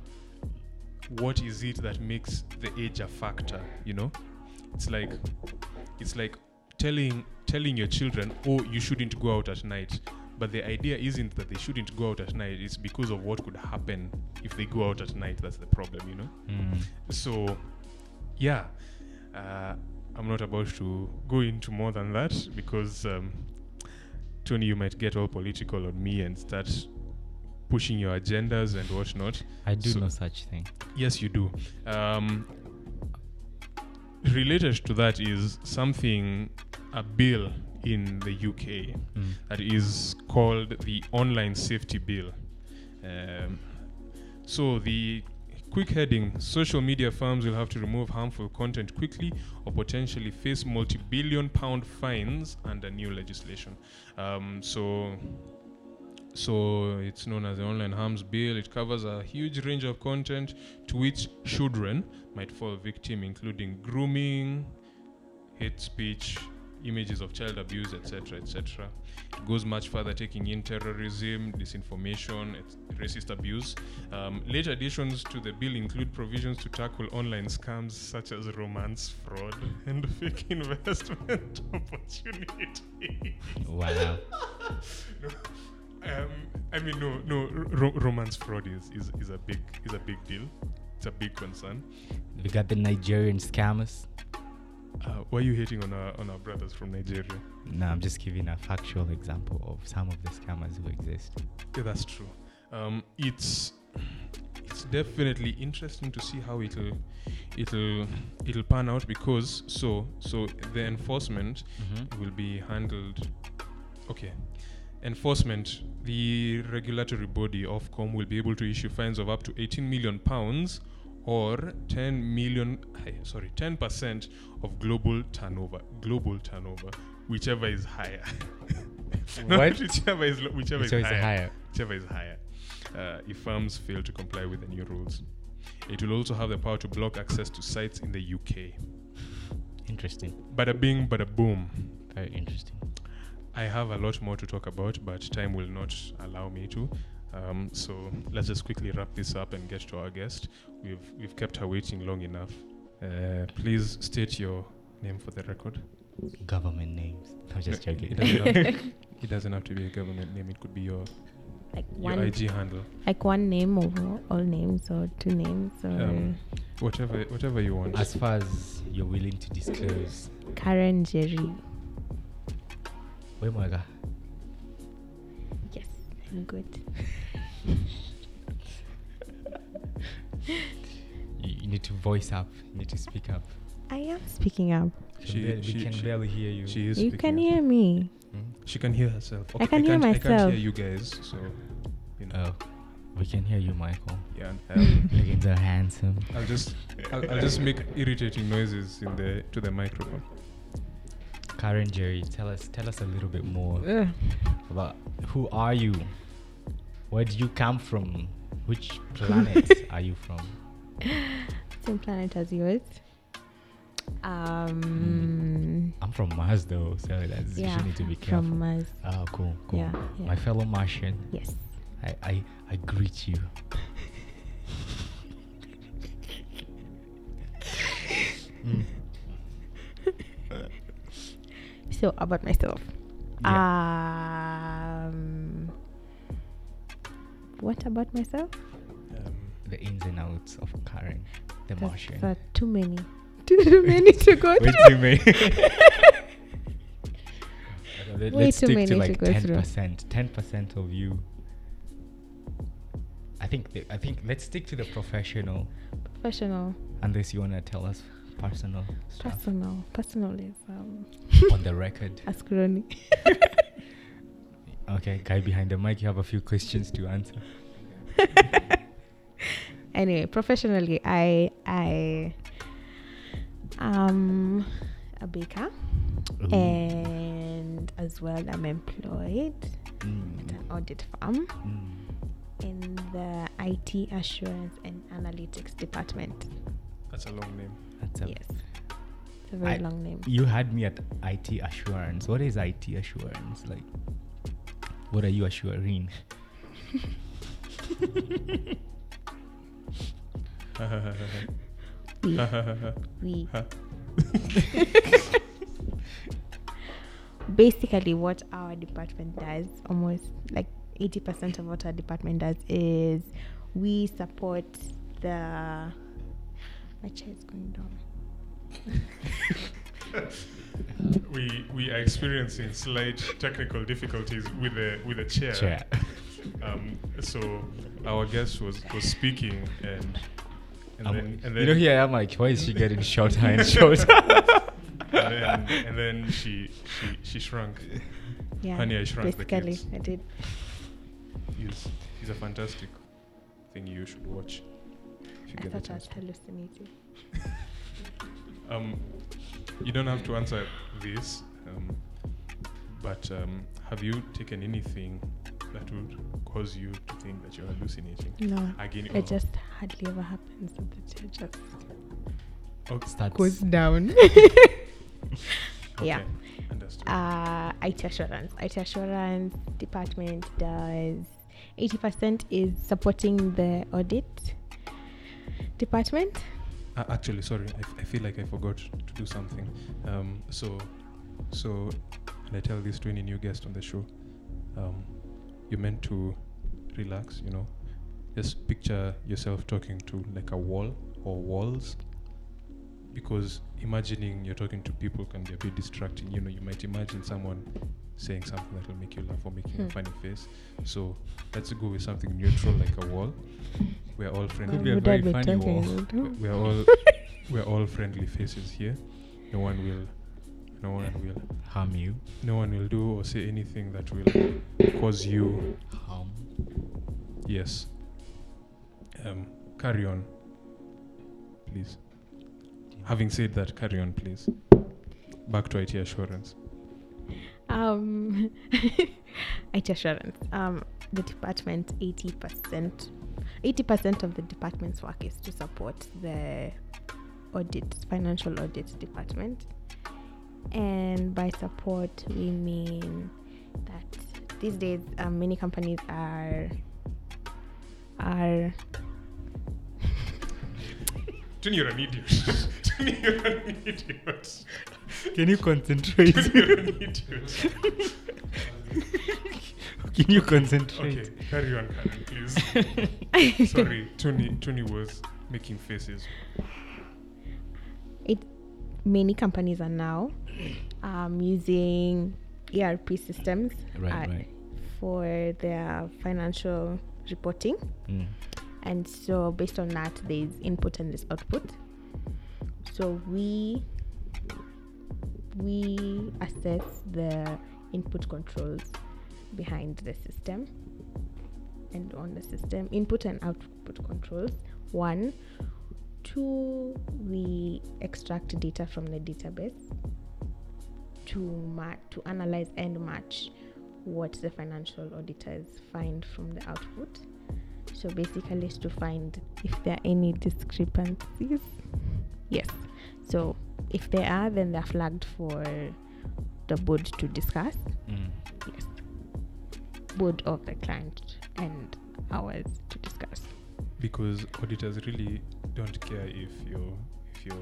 Speaker 1: what is it that makes the age a factor. You know, it's like it's like telling telling your children, oh, you shouldn't go out at night. But the idea isn't that they shouldn't go out at night. It's because of what could happen if they go out at night. That's the problem. You know.
Speaker 2: Mm.
Speaker 1: So, yeah, uh, I'm not about to go into more than that because, um, Tony, you might get all political on me and start pushing your agendas and whatnot.
Speaker 2: I do
Speaker 1: So-
Speaker 2: no such thing.
Speaker 1: Yes, you do. Um, related to that is something, a bill in the UK
Speaker 2: Mm.
Speaker 1: that is called the Online Safety Bill. Um, so the quick heading social media firms will have to remove harmful content quickly or potentially face multi-billion pound fines under new legislation um, so so it's known as the online harms bill it covers a huge range of content to which children might fall victim including grooming hate speech images of child abuse etc etc it goes much further taking in terrorism disinformation et- racist abuse um, late additions to the bill include provisions to tackle online scams such as romance fraud and fake investment opportunity
Speaker 2: Wow.
Speaker 1: um, I mean, no, no. Ro- romance fraud is, is, is a big is a big deal. It's a big concern.
Speaker 2: we got the Nigerian scammers.
Speaker 1: Uh, why are you hating on our on our brothers from Nigeria?
Speaker 2: No, I'm just giving a factual example of some of the scammers who exist.
Speaker 1: Yeah, that's true. Um, it's it's definitely interesting to see how it'll it'll it'll pan out because so so the enforcement will be handled. Okay. Enforcement. The regulatory body, Ofcom, will be able to issue fines of up to 18 million pounds or 10 million, hi- sorry, 10% of global turnover. Global turnover, whichever is higher. Not
Speaker 2: What?
Speaker 1: whichever is, lo- whichever
Speaker 2: So
Speaker 1: is
Speaker 2: it's
Speaker 1: higher
Speaker 2: higher.
Speaker 1: whichever is higher, uh, if firms fail to comply with the new rules. It will also have the power to block access to sites in the UK.
Speaker 2: Interesting.
Speaker 1: Bada bing, bada boom.
Speaker 2: Very interesting.
Speaker 1: I have a lot more to talk about, but time will not allow me to. Um, so let's just quickly wrap this up and get to our guest. We've we've kept her waiting long enough. Uh, please state your name for the record.
Speaker 2: Government names. I'm just
Speaker 1: No,
Speaker 2: joking.
Speaker 1: It doesn't, have, it doesn't have to be a government name. It could be your
Speaker 3: like
Speaker 1: your
Speaker 3: one
Speaker 1: IG handle,
Speaker 3: like one name or all names or two names or
Speaker 1: Um, whatever whatever you want.
Speaker 2: As far as you're willing to disclose,
Speaker 3: Karen Jerry.
Speaker 2: wait, my God.
Speaker 3: Yes, I'm good.
Speaker 2: You, you need to voice up. You need to speak up.
Speaker 3: I am speaking up.
Speaker 2: We
Speaker 1: She-
Speaker 2: can barely-
Speaker 1: she-
Speaker 2: we can
Speaker 1: she-
Speaker 2: barely hear you.
Speaker 1: She is
Speaker 3: you
Speaker 1: speaking
Speaker 3: can
Speaker 1: up.
Speaker 3: hear me.
Speaker 2: Hmm?
Speaker 1: She can hear herself.
Speaker 3: I can hear
Speaker 1: can't, I can't
Speaker 3: myself.
Speaker 1: hear you guys, so you know.
Speaker 2: Oh, we can hear you, Michael.
Speaker 1: yeah. Um,
Speaker 2: Looking so handsome.
Speaker 1: I'll just I'll, I'll just make irritating noises in the to the microphone.
Speaker 2: Karen Jerry, tell us tell us a little bit more
Speaker 1: Eh.
Speaker 3: Ugh.
Speaker 2: about who are you? Where do you come from? Which planet are you from?
Speaker 3: Same planet as yours. Um.
Speaker 2: I'm from Mars though, so that's
Speaker 3: Yeah.
Speaker 2: Hmm. you need to be careful.
Speaker 3: From Mars.
Speaker 2: oh, cool, cool.
Speaker 3: Yeah, yeah.
Speaker 2: My fellow Martian,
Speaker 3: Yes.
Speaker 2: I, I, I greet you. Mm.
Speaker 3: So about myself.
Speaker 2: Yeah.
Speaker 3: Um. What about myself?
Speaker 1: Um,
Speaker 2: the ins and outs of Karen. The
Speaker 3: That's-
Speaker 2: Martian.
Speaker 3: There are too many. Too many to go
Speaker 1: Wait,
Speaker 3: through.
Speaker 1: you may.
Speaker 2: Let,
Speaker 3: Way
Speaker 2: us
Speaker 3: too
Speaker 2: stick
Speaker 3: many
Speaker 2: to
Speaker 3: to
Speaker 2: like
Speaker 3: go through.
Speaker 2: ten percent. Ten percent of you. I think the, I think let's stick to the professional,
Speaker 3: Professional,
Speaker 2: unless you wanna tell us personal stuff
Speaker 3: personal, personal is um,
Speaker 2: on the record.
Speaker 3: Askuroni.
Speaker 2: Okay, guy behind the mic, you have a few questions to answer.
Speaker 3: anyway, professionally, I I am a baker,
Speaker 2: Ooh.
Speaker 3: and as well, I'm employed at an
Speaker 2: Mm,
Speaker 3: audit firm
Speaker 2: mm.
Speaker 3: in the IT assurance and analytics department.
Speaker 1: That's a long name.
Speaker 2: That's a,
Speaker 3: yes, it's a very
Speaker 2: I-
Speaker 3: long name.
Speaker 2: You had me at IT assurance. What is IT assurance like? What are you assuring?
Speaker 3: We we basically what our department does almost like 80% of what our department does is we support the my chair is going down
Speaker 1: we we are experiencing slight technical difficulties with the with the chair.
Speaker 2: Chair.
Speaker 1: Um, so our guest was was speaking and and
Speaker 2: I'm-
Speaker 1: then and then
Speaker 2: you know, here I'm like, why is she getting shorter and shorter?
Speaker 1: and then, and then she she she shrunk.
Speaker 3: yeah
Speaker 1: Honey, I shrunk the
Speaker 3: basically
Speaker 1: kids.
Speaker 3: i did
Speaker 1: He's he's a fantastic thing you should watch. If you
Speaker 3: i
Speaker 1: get the
Speaker 3: thought i was
Speaker 1: chance.
Speaker 3: hallucinating
Speaker 1: Um, you don't have to answer this, um, but um, have you taken anything that would cause you to think that you're hallucinating?
Speaker 3: no
Speaker 1: Again,
Speaker 3: it just hardly ever happens that the chair just
Speaker 1: okay.
Speaker 2: Starts.
Speaker 3: goes down
Speaker 1: okay,
Speaker 3: yeah
Speaker 1: Understood.
Speaker 3: uh, IT assurance. IT assurance department does 80% is supporting the audit department.
Speaker 1: Uh, actually, sorry, I, f- I feel like I forgot to do something. Um, so, so, and I tell this to any new guest on the show, um, you're meant to relax, you know. Just picture yourself talking to like a wall or walls, because imagining you're talking to people can be a bit distracting. You know, you might imagine someone saying something that will make you laugh or making a
Speaker 3: Hmm.
Speaker 1: funny face. So let's go with something neutral like a wall. We're all friendly.
Speaker 2: Could be a
Speaker 3: Would
Speaker 2: very
Speaker 3: I be
Speaker 2: funny
Speaker 3: talking?
Speaker 2: wall.
Speaker 3: I don't know.
Speaker 1: we're all we're all friendly faces here. No one will no one will
Speaker 2: Harm you.
Speaker 1: no one will do or say anything that will cause you
Speaker 2: Harm.
Speaker 1: yes. Um carry on. Please. Having said that, carry on please. Back to IT assurance.
Speaker 3: Um, IT assurance. Um, the department 80%, 80% of the department's work is to support the audit, financial audit department. And by support, we mean that these days um, many companies are are
Speaker 1: Tony, you're an idiot. Tony, you're an idiot.
Speaker 2: Can you concentrate?
Speaker 1: Tony, you're an idiot.
Speaker 2: Can you concentrate?
Speaker 1: Okay, carry on, Karen, please. Sorry, Tony Tony was making faces.
Speaker 3: it many companies are now um, using ERP systems
Speaker 2: Right,
Speaker 3: uh,
Speaker 2: right.
Speaker 3: for their financial reporting.
Speaker 2: Mm.
Speaker 3: And so, based on that, there's input and there's output. So we we assess the input controls behind the system and on the system input and output controls. One, two, we extract data from the database to ma- to analyze and match what the financial auditors find from the output. So basically, is to find if there are any discrepancies. Yes. So if there are, then they're flagged for the board to discuss.
Speaker 2: Mm.
Speaker 3: Yes. Board of the client and ours to discuss.
Speaker 1: because auditors really don't care if you if you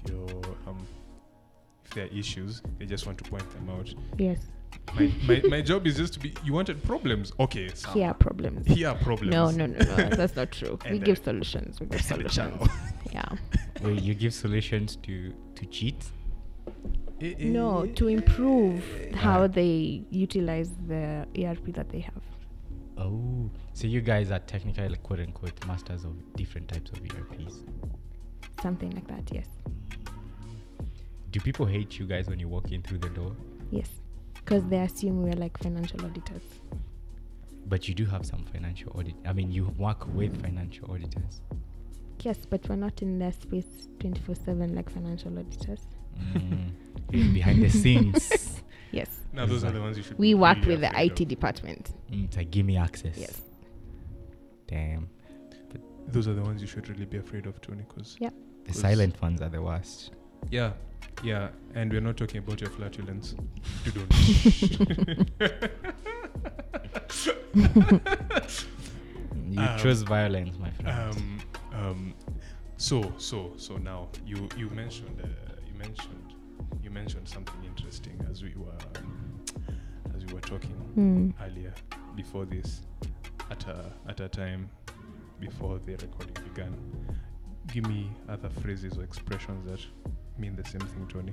Speaker 1: if you um if there are issues they just want to point them out
Speaker 3: Yes.
Speaker 1: My, my, my job is just to be. You wanted problems, okay? Sam.
Speaker 3: Here are problems.
Speaker 1: Here are problems.
Speaker 3: No, no, no, no. That's not true. we
Speaker 1: And, uh,
Speaker 3: give solutions. We give
Speaker 1: and a
Speaker 3: solutions.
Speaker 1: ciao.
Speaker 3: Yeah.
Speaker 2: Where you give solutions to to cheat.
Speaker 1: Eh, eh,
Speaker 3: No,
Speaker 1: eh,
Speaker 3: to improve
Speaker 1: eh.
Speaker 3: how
Speaker 2: Ah.
Speaker 3: they utilize the ERP that they have.
Speaker 2: Oh, so you guys are technically like, quote unquote masters of different types of E ERPs.
Speaker 3: Something like that. Yes.
Speaker 2: Do people hate you guys when you walk in through the door?
Speaker 3: Yes. Because they assume we're like financial auditors.
Speaker 2: But you do have some financial audit. I mean, you work with financial auditors.
Speaker 3: Yes, but we're not in their space 24 7 like financial auditors.
Speaker 2: Mm, you're behind the scenes.
Speaker 3: Yes.
Speaker 1: Now those are the ones you should.
Speaker 3: We
Speaker 1: be
Speaker 3: work
Speaker 1: really
Speaker 3: with the
Speaker 1: afraid
Speaker 3: IT
Speaker 1: of.
Speaker 3: department.
Speaker 2: Mm, it's like, give me access.
Speaker 3: Yes.
Speaker 2: Damn.
Speaker 1: Those are the ones you should really be afraid of, Tony. Because
Speaker 2: The
Speaker 1: 'Cause-
Speaker 2: silent ones are the worst.
Speaker 1: yeah, yeah, and we're not talking about your flatulence. You don't.
Speaker 2: You
Speaker 1: Um,
Speaker 2: chose violence, my friend.
Speaker 1: Um, um, so so so now you you mentioned uh, you mentioned you mentioned something interesting as we were um, as we were talking
Speaker 3: Hmm.
Speaker 1: earlier before this at a at a time before the recording began. Give me other phrases or expressions that mean the same thing, Tony.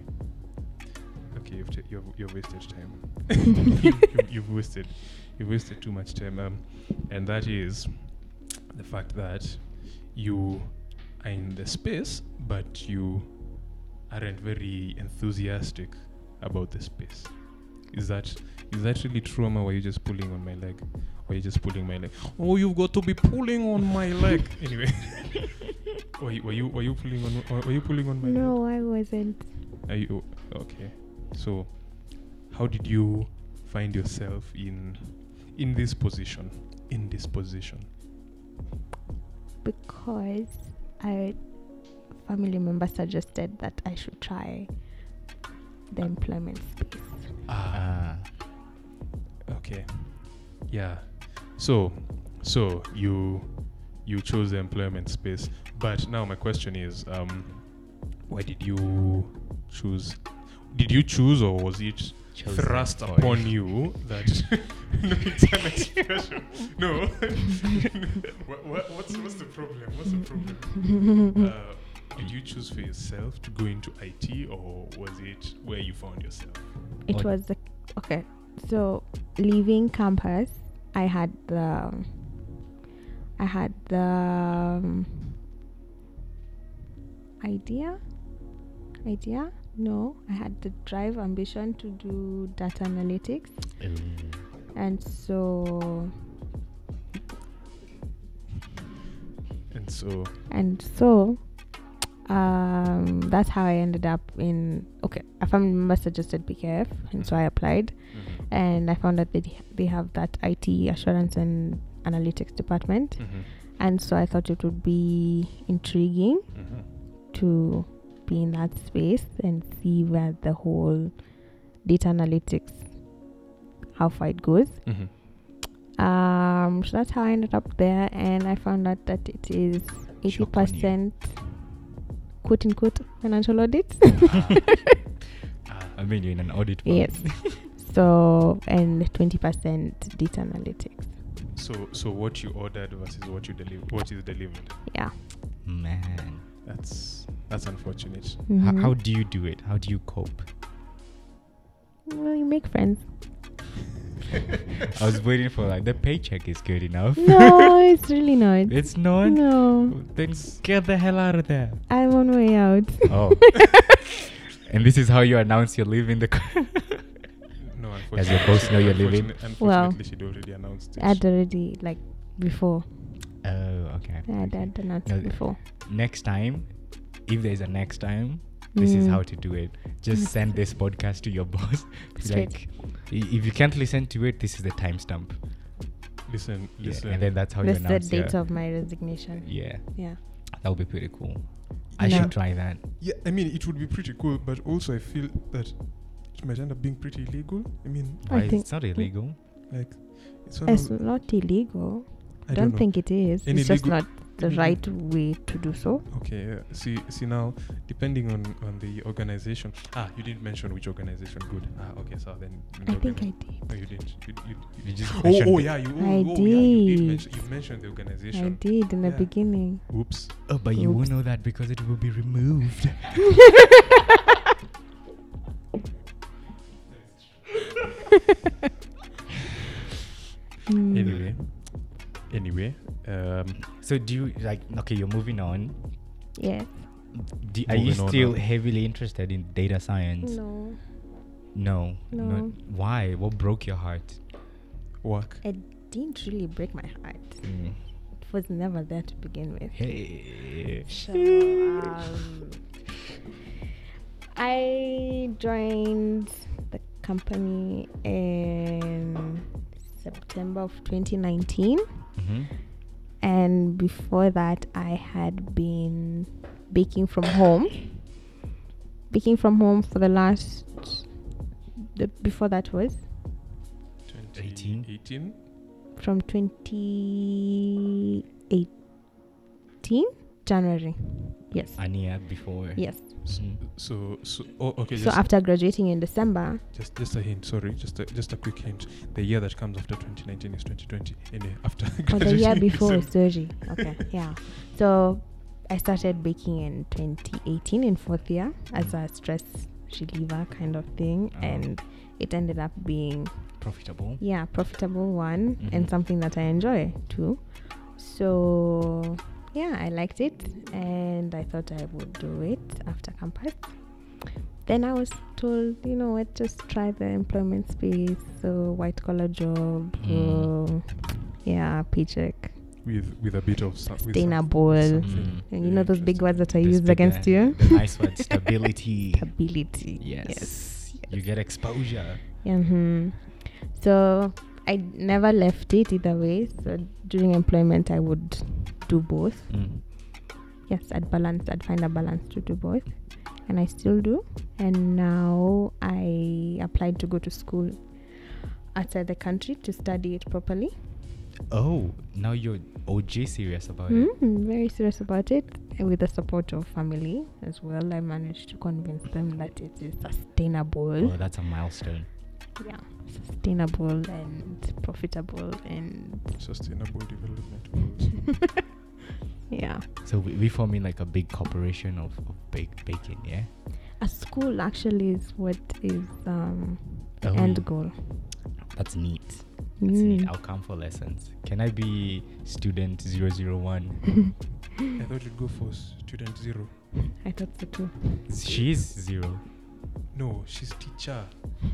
Speaker 1: Okay, you've ta- you've, you've wasted time. you've, you've- you've wasted you've wasted too much time, um, and that is the fact that you are in the space, but you aren't very enthusiastic about the space. Is that is that really true, Ama? Were you just pulling on my leg? Or you just pulling my leg? Oh, you've got to be pulling on my leg. Anyway, were you were you were you pulling on or were you pulling on my
Speaker 3: No, I wasn't.
Speaker 1: leg? Are you okay? So, how did you find yourself in in this position? In this position?
Speaker 3: because I family member suggested that I should try the employment space.
Speaker 2: Ah.
Speaker 1: Okay. Yeah. So, so you you chose the employment space, but now my question is, um, why did you choose? Did you choose, or was it
Speaker 2: Chosen
Speaker 1: thrust
Speaker 2: for
Speaker 1: upon you that? no, it's an expression. No. what, what, what's what's the problem? What's the problem? Uh, did you choose for yourself to go into IT, or was it where you found yourself?
Speaker 3: It
Speaker 2: What-
Speaker 3: was the okay. So leaving campus, I had the I had the um, idea idea. No, I had the drive ambition to do data analytics,
Speaker 2: Ooh.
Speaker 3: and so
Speaker 1: And so,
Speaker 3: and so um, that's how I ended up in okay. A family member suggested BKF, and so I applied,
Speaker 1: mhm,
Speaker 3: and I found that they they have that IT assurance and analytics
Speaker 2: Hmm.
Speaker 3: department,
Speaker 1: mhm,
Speaker 3: and so I thought it would be intriguing
Speaker 1: mhm.
Speaker 3: to be in that space and see where the whole data analytics how far it goes.
Speaker 1: Mm-hmm.
Speaker 3: Um, so that's how I ended up there, and I found out that it is eighty
Speaker 2: Shock on you.
Speaker 3: percent, quote unquote, financial audit.
Speaker 1: Ah.
Speaker 2: I mean, you're in an audit. firm.
Speaker 3: yes. So and twenty percent data analytics.
Speaker 1: So, so what you ordered versus what you deliver, what is delivered.
Speaker 3: Yeah.
Speaker 2: Man.
Speaker 1: That's that's unfortunate.
Speaker 2: H-
Speaker 3: Mhm.
Speaker 2: how do you do it? How do you cope?
Speaker 3: well, you make friends?
Speaker 2: I was waiting for like the paycheck is good enough.
Speaker 3: No, it's really not.
Speaker 2: It's not.
Speaker 3: No,
Speaker 2: Then get the hell out of there.
Speaker 3: I'm on my way out.
Speaker 2: Oh. and this is how you announce you're leaving the. Co-
Speaker 1: No, unfortunately.
Speaker 2: Does your boss know you're
Speaker 1: unfortunately-
Speaker 2: leaving?
Speaker 1: Unfortunately,
Speaker 3: Well,
Speaker 1: she'd already announced it.
Speaker 3: I'd already like before.
Speaker 2: oh, okay.
Speaker 3: I'd,
Speaker 2: okay.
Speaker 3: I'd announced
Speaker 2: No,
Speaker 3: it before.
Speaker 2: Next time, if there's a next time, this is
Speaker 3: Mm.
Speaker 2: how to do it. Just send this podcast to your boss. Be
Speaker 3: Straight.
Speaker 2: like, "I- if you can't listen to it, this is the timestamp.
Speaker 1: listen,
Speaker 2: Yeah,
Speaker 1: listen.
Speaker 2: and then that's how
Speaker 3: That's
Speaker 2: you
Speaker 3: the
Speaker 2: announce
Speaker 3: date
Speaker 2: yeah.
Speaker 3: of my resignation.
Speaker 2: yeah,
Speaker 3: Yeah.
Speaker 2: that would be pretty cool. I
Speaker 3: No.
Speaker 2: should try that.
Speaker 1: yeah, I mean, it would be pretty cool, but also I feel that it might end up being pretty illegal. I mean,
Speaker 3: I
Speaker 2: Why is-
Speaker 3: think-
Speaker 2: it's not illegal.
Speaker 1: like it's one
Speaker 3: It's
Speaker 1: of,
Speaker 3: not
Speaker 1: Um,
Speaker 3: illegal.
Speaker 1: I
Speaker 3: don't
Speaker 1: know.
Speaker 3: think it is.
Speaker 1: Any
Speaker 3: it's just
Speaker 1: legal-
Speaker 3: not the
Speaker 1: Mhm.
Speaker 3: right way to do so.
Speaker 1: Okay. Uh, see, see now, depending on on the organization. Ah, you didn't mention which organization. Good. Ah, okay. So then.
Speaker 3: I
Speaker 1: no,
Speaker 3: think
Speaker 1: then-
Speaker 3: I did.
Speaker 1: No, you didn't. You, you, you
Speaker 2: You just
Speaker 1: oh,
Speaker 2: mentioned
Speaker 1: oh
Speaker 2: it.
Speaker 1: yeah. You. Oh,
Speaker 3: I
Speaker 1: oh, Yeah, you did
Speaker 3: did.
Speaker 1: mention. You mentioned the
Speaker 3: I
Speaker 1: organization.
Speaker 3: did in the
Speaker 1: Yeah.
Speaker 3: beginning.
Speaker 1: Oops.
Speaker 2: Oh, but you
Speaker 3: Oops.
Speaker 2: won't know that because it will be removed.
Speaker 3: Mm.
Speaker 1: Anyway. Anyway. Um.
Speaker 2: so do you like? Okay, you're moving on.
Speaker 3: Yes.
Speaker 2: Do, are you
Speaker 1: Moving on
Speaker 2: still
Speaker 1: now.
Speaker 2: heavily interested in data science?
Speaker 3: No.
Speaker 2: No.
Speaker 3: No.
Speaker 2: Why? What broke your heart?
Speaker 1: Work.
Speaker 3: It didn't really break my heart.
Speaker 2: Mm.
Speaker 3: It was never there to begin with.
Speaker 2: Hey.
Speaker 3: So, um, I joined the company in September of 2019,
Speaker 2: Mhm.
Speaker 3: and before that, I had been baking from home. Baking from home for the last, the, before that was
Speaker 1: 2018. 18.
Speaker 3: from 2018 January. Yes.
Speaker 2: Ania before.
Speaker 3: Yes.
Speaker 1: S-
Speaker 2: Mm.
Speaker 1: So so. Oh, okay.
Speaker 3: So
Speaker 1: just,
Speaker 3: after graduating in December,
Speaker 1: Just, just a hint. Sorry, just a, just a quick hint. The year that comes after 2019 is 2020. Anyway, after
Speaker 3: or the year
Speaker 1: graduation,
Speaker 3: before,
Speaker 1: so-
Speaker 3: surgery. Okay, yeah. So I started baking in 2018 in fourth year as a stress reliever kind of thing,
Speaker 2: Ah.
Speaker 3: and it ended up being
Speaker 2: Profitable.
Speaker 3: yeah profitable one
Speaker 2: Mhm.
Speaker 3: and something that I enjoy too. So yeah, I liked it, and I thought I would do it after campus. Then I was told, you know what, just try the employment space, so white collar job,
Speaker 2: Mm.
Speaker 3: uh, yeah, paycheck
Speaker 1: with with a bit of su- with some-
Speaker 3: sustainable and
Speaker 1: something
Speaker 3: you
Speaker 1: very
Speaker 3: know those big
Speaker 1: interesting.
Speaker 3: words that are
Speaker 2: This
Speaker 3: used
Speaker 2: big,
Speaker 3: against
Speaker 2: uh,
Speaker 3: you
Speaker 2: The nice word, stability.
Speaker 3: stability
Speaker 2: yes. You get exposure.
Speaker 3: hmm so i never left it either way so during employment i would do both
Speaker 2: Mm.
Speaker 3: yes i'd balance i'd find a balance to do both and i still do and now i applied to go to school outside the country to study it properly
Speaker 2: Oh, now you're OG serious about it.
Speaker 3: Mm, very serious about it. And with the support of family as well, I managed to convince them that it is sustainable.
Speaker 2: Oh, that's a milestone.
Speaker 3: Yeah, sustainable and profitable and
Speaker 1: sustainable development goals.
Speaker 3: yeah.
Speaker 2: So we, we forming like a big corporation of, of bake, baking, yeah?
Speaker 3: A school actually is what is um, the
Speaker 2: Oh,
Speaker 3: end goal.
Speaker 2: That's neat. That's neat.
Speaker 3: Mm.
Speaker 2: I'll come for lessons. Can I be student 001?
Speaker 1: I thought you'd go for student zero.
Speaker 3: I thought so too.
Speaker 2: She's zero.
Speaker 1: No, she's teacher.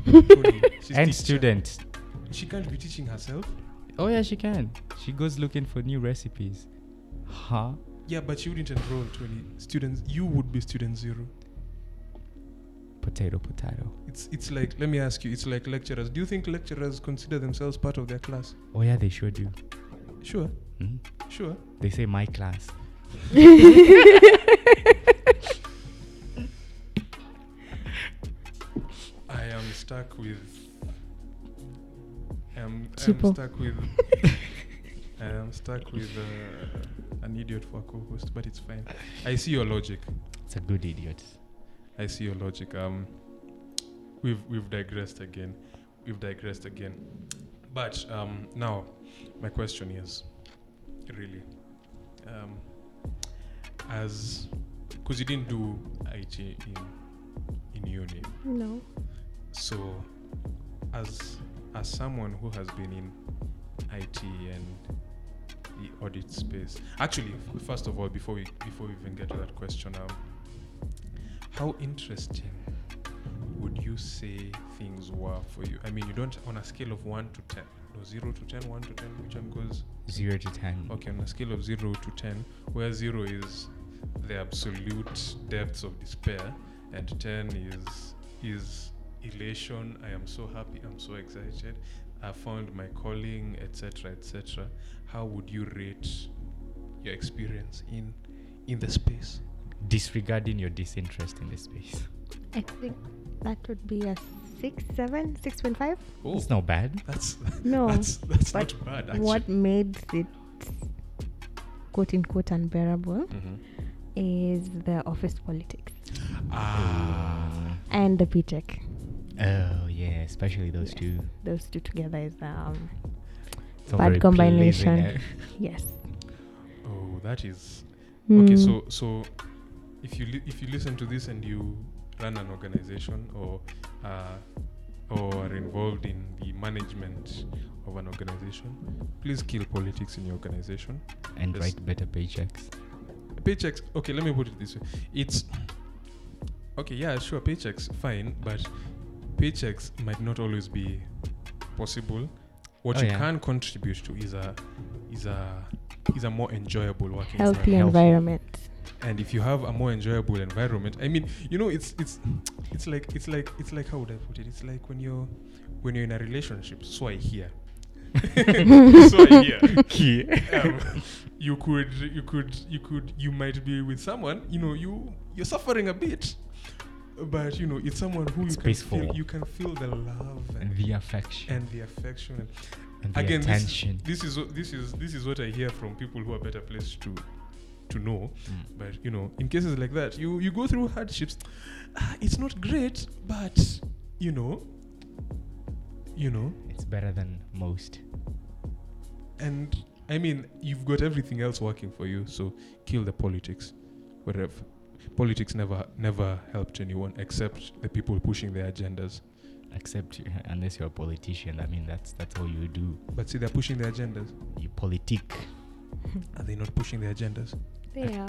Speaker 1: Tony, she's
Speaker 2: and
Speaker 1: teacher.
Speaker 2: student.
Speaker 1: She can't be teaching herself.
Speaker 2: Oh, yeah, she can. She goes looking for new recipes. Huh?
Speaker 1: Yeah, but she wouldn't enroll Tony. Students, you would be student zero.
Speaker 2: Potato, potato.
Speaker 1: It's it's like let me ask you. It's like lecturers. Do you think lecturers consider themselves part of their class?
Speaker 2: Oh, yeah, they sure do.
Speaker 1: Sure,
Speaker 2: Hmm?
Speaker 1: sure.
Speaker 2: They say my class.
Speaker 1: I am stuck with. I am, I am
Speaker 3: Cheapo.
Speaker 1: stuck with. I am stuck with uh, an idiot for a co-host, but it's fine. I see your logic.
Speaker 2: It's a good idiot.
Speaker 1: I see your logic. Um, we've we've digressed again. We've digressed again. But um, now, my question is, really, um, as because you didn't do IT in in uni,
Speaker 3: no.
Speaker 1: so as as someone who has been in IT and the audit space, actually, f- first of all, before we before we even get to that question, um, how interesting would you say things were for you? I mean, you don't on a scale of one to ten, no zero to ten, one to ten, which one goes?
Speaker 2: Zero to ten.
Speaker 1: Okay, on a scale of zero to ten, where zero is the absolute depths of despair, and ten is is elation. I am so happy. I'm so excited. I found my calling, etc., etc. How would you rate your experience in in the space?
Speaker 2: Disregarding your disinterest in this space.
Speaker 3: I think that would be a six, seven, six point five.
Speaker 1: Oh,
Speaker 2: It's not bad.
Speaker 1: that's
Speaker 3: No,
Speaker 1: that's that's
Speaker 3: but
Speaker 1: not bad. Actually.
Speaker 3: What made it quote unquote unbearable
Speaker 2: Hmm.
Speaker 4: Mm-hmm.
Speaker 3: is the office politics
Speaker 1: Ah.
Speaker 3: and the paycheck.
Speaker 2: Oh yeah, especially those
Speaker 3: Yes.
Speaker 2: two.
Speaker 3: Those two together is um
Speaker 2: It's not
Speaker 3: Bad
Speaker 2: very pleasing,
Speaker 3: combination.
Speaker 2: eh?
Speaker 3: yes.
Speaker 1: Oh, that is okay.
Speaker 2: Hmm.
Speaker 3: Mm.
Speaker 1: So so, if you li- if you listen to this and you run an organization or uh, or are involved in the management of an organization, please kill politics in your organization.
Speaker 2: and
Speaker 1: Yes.
Speaker 2: write better paychecks.
Speaker 1: paychecks okay let me put it this way it's okay yeah sure paychecks fine but paychecks might not always be possible what
Speaker 2: Oh,
Speaker 1: you
Speaker 2: yeah.
Speaker 1: can contribute to is a is a is a more enjoyable working
Speaker 3: healthy
Speaker 1: environment
Speaker 3: environment.
Speaker 1: and if you have a more enjoyable environment i mean you know it's it's it's like it's like it's like how would i put it it's like when you're when you're in a relationship so i hear so i hear um, you could you could you could you might be with someone you know you you're suffering a bit but you know it's someone who
Speaker 2: It's
Speaker 1: you can
Speaker 2: peaceful.
Speaker 1: feel you can feel the love
Speaker 2: and
Speaker 1: and
Speaker 2: the affection
Speaker 1: and the affection and
Speaker 2: and the
Speaker 1: again this,
Speaker 2: attention.
Speaker 1: this is what- this is this is what i hear from people who are better placed to to know
Speaker 2: Mm.
Speaker 1: but you know in cases like that you you go through hardships Ah, it's not great but you know you know
Speaker 2: It's better than most.
Speaker 1: And I mean, you've got everything else working for you, so kill the politics, whatever. Politics never never helped anyone except the people pushing their agendas.
Speaker 2: Except you- unless you're a politician, I mean that's that's all you do.
Speaker 1: But see, they're pushing their agendas.
Speaker 2: You politic
Speaker 1: Are they not pushing their agendas?
Speaker 3: Yeah.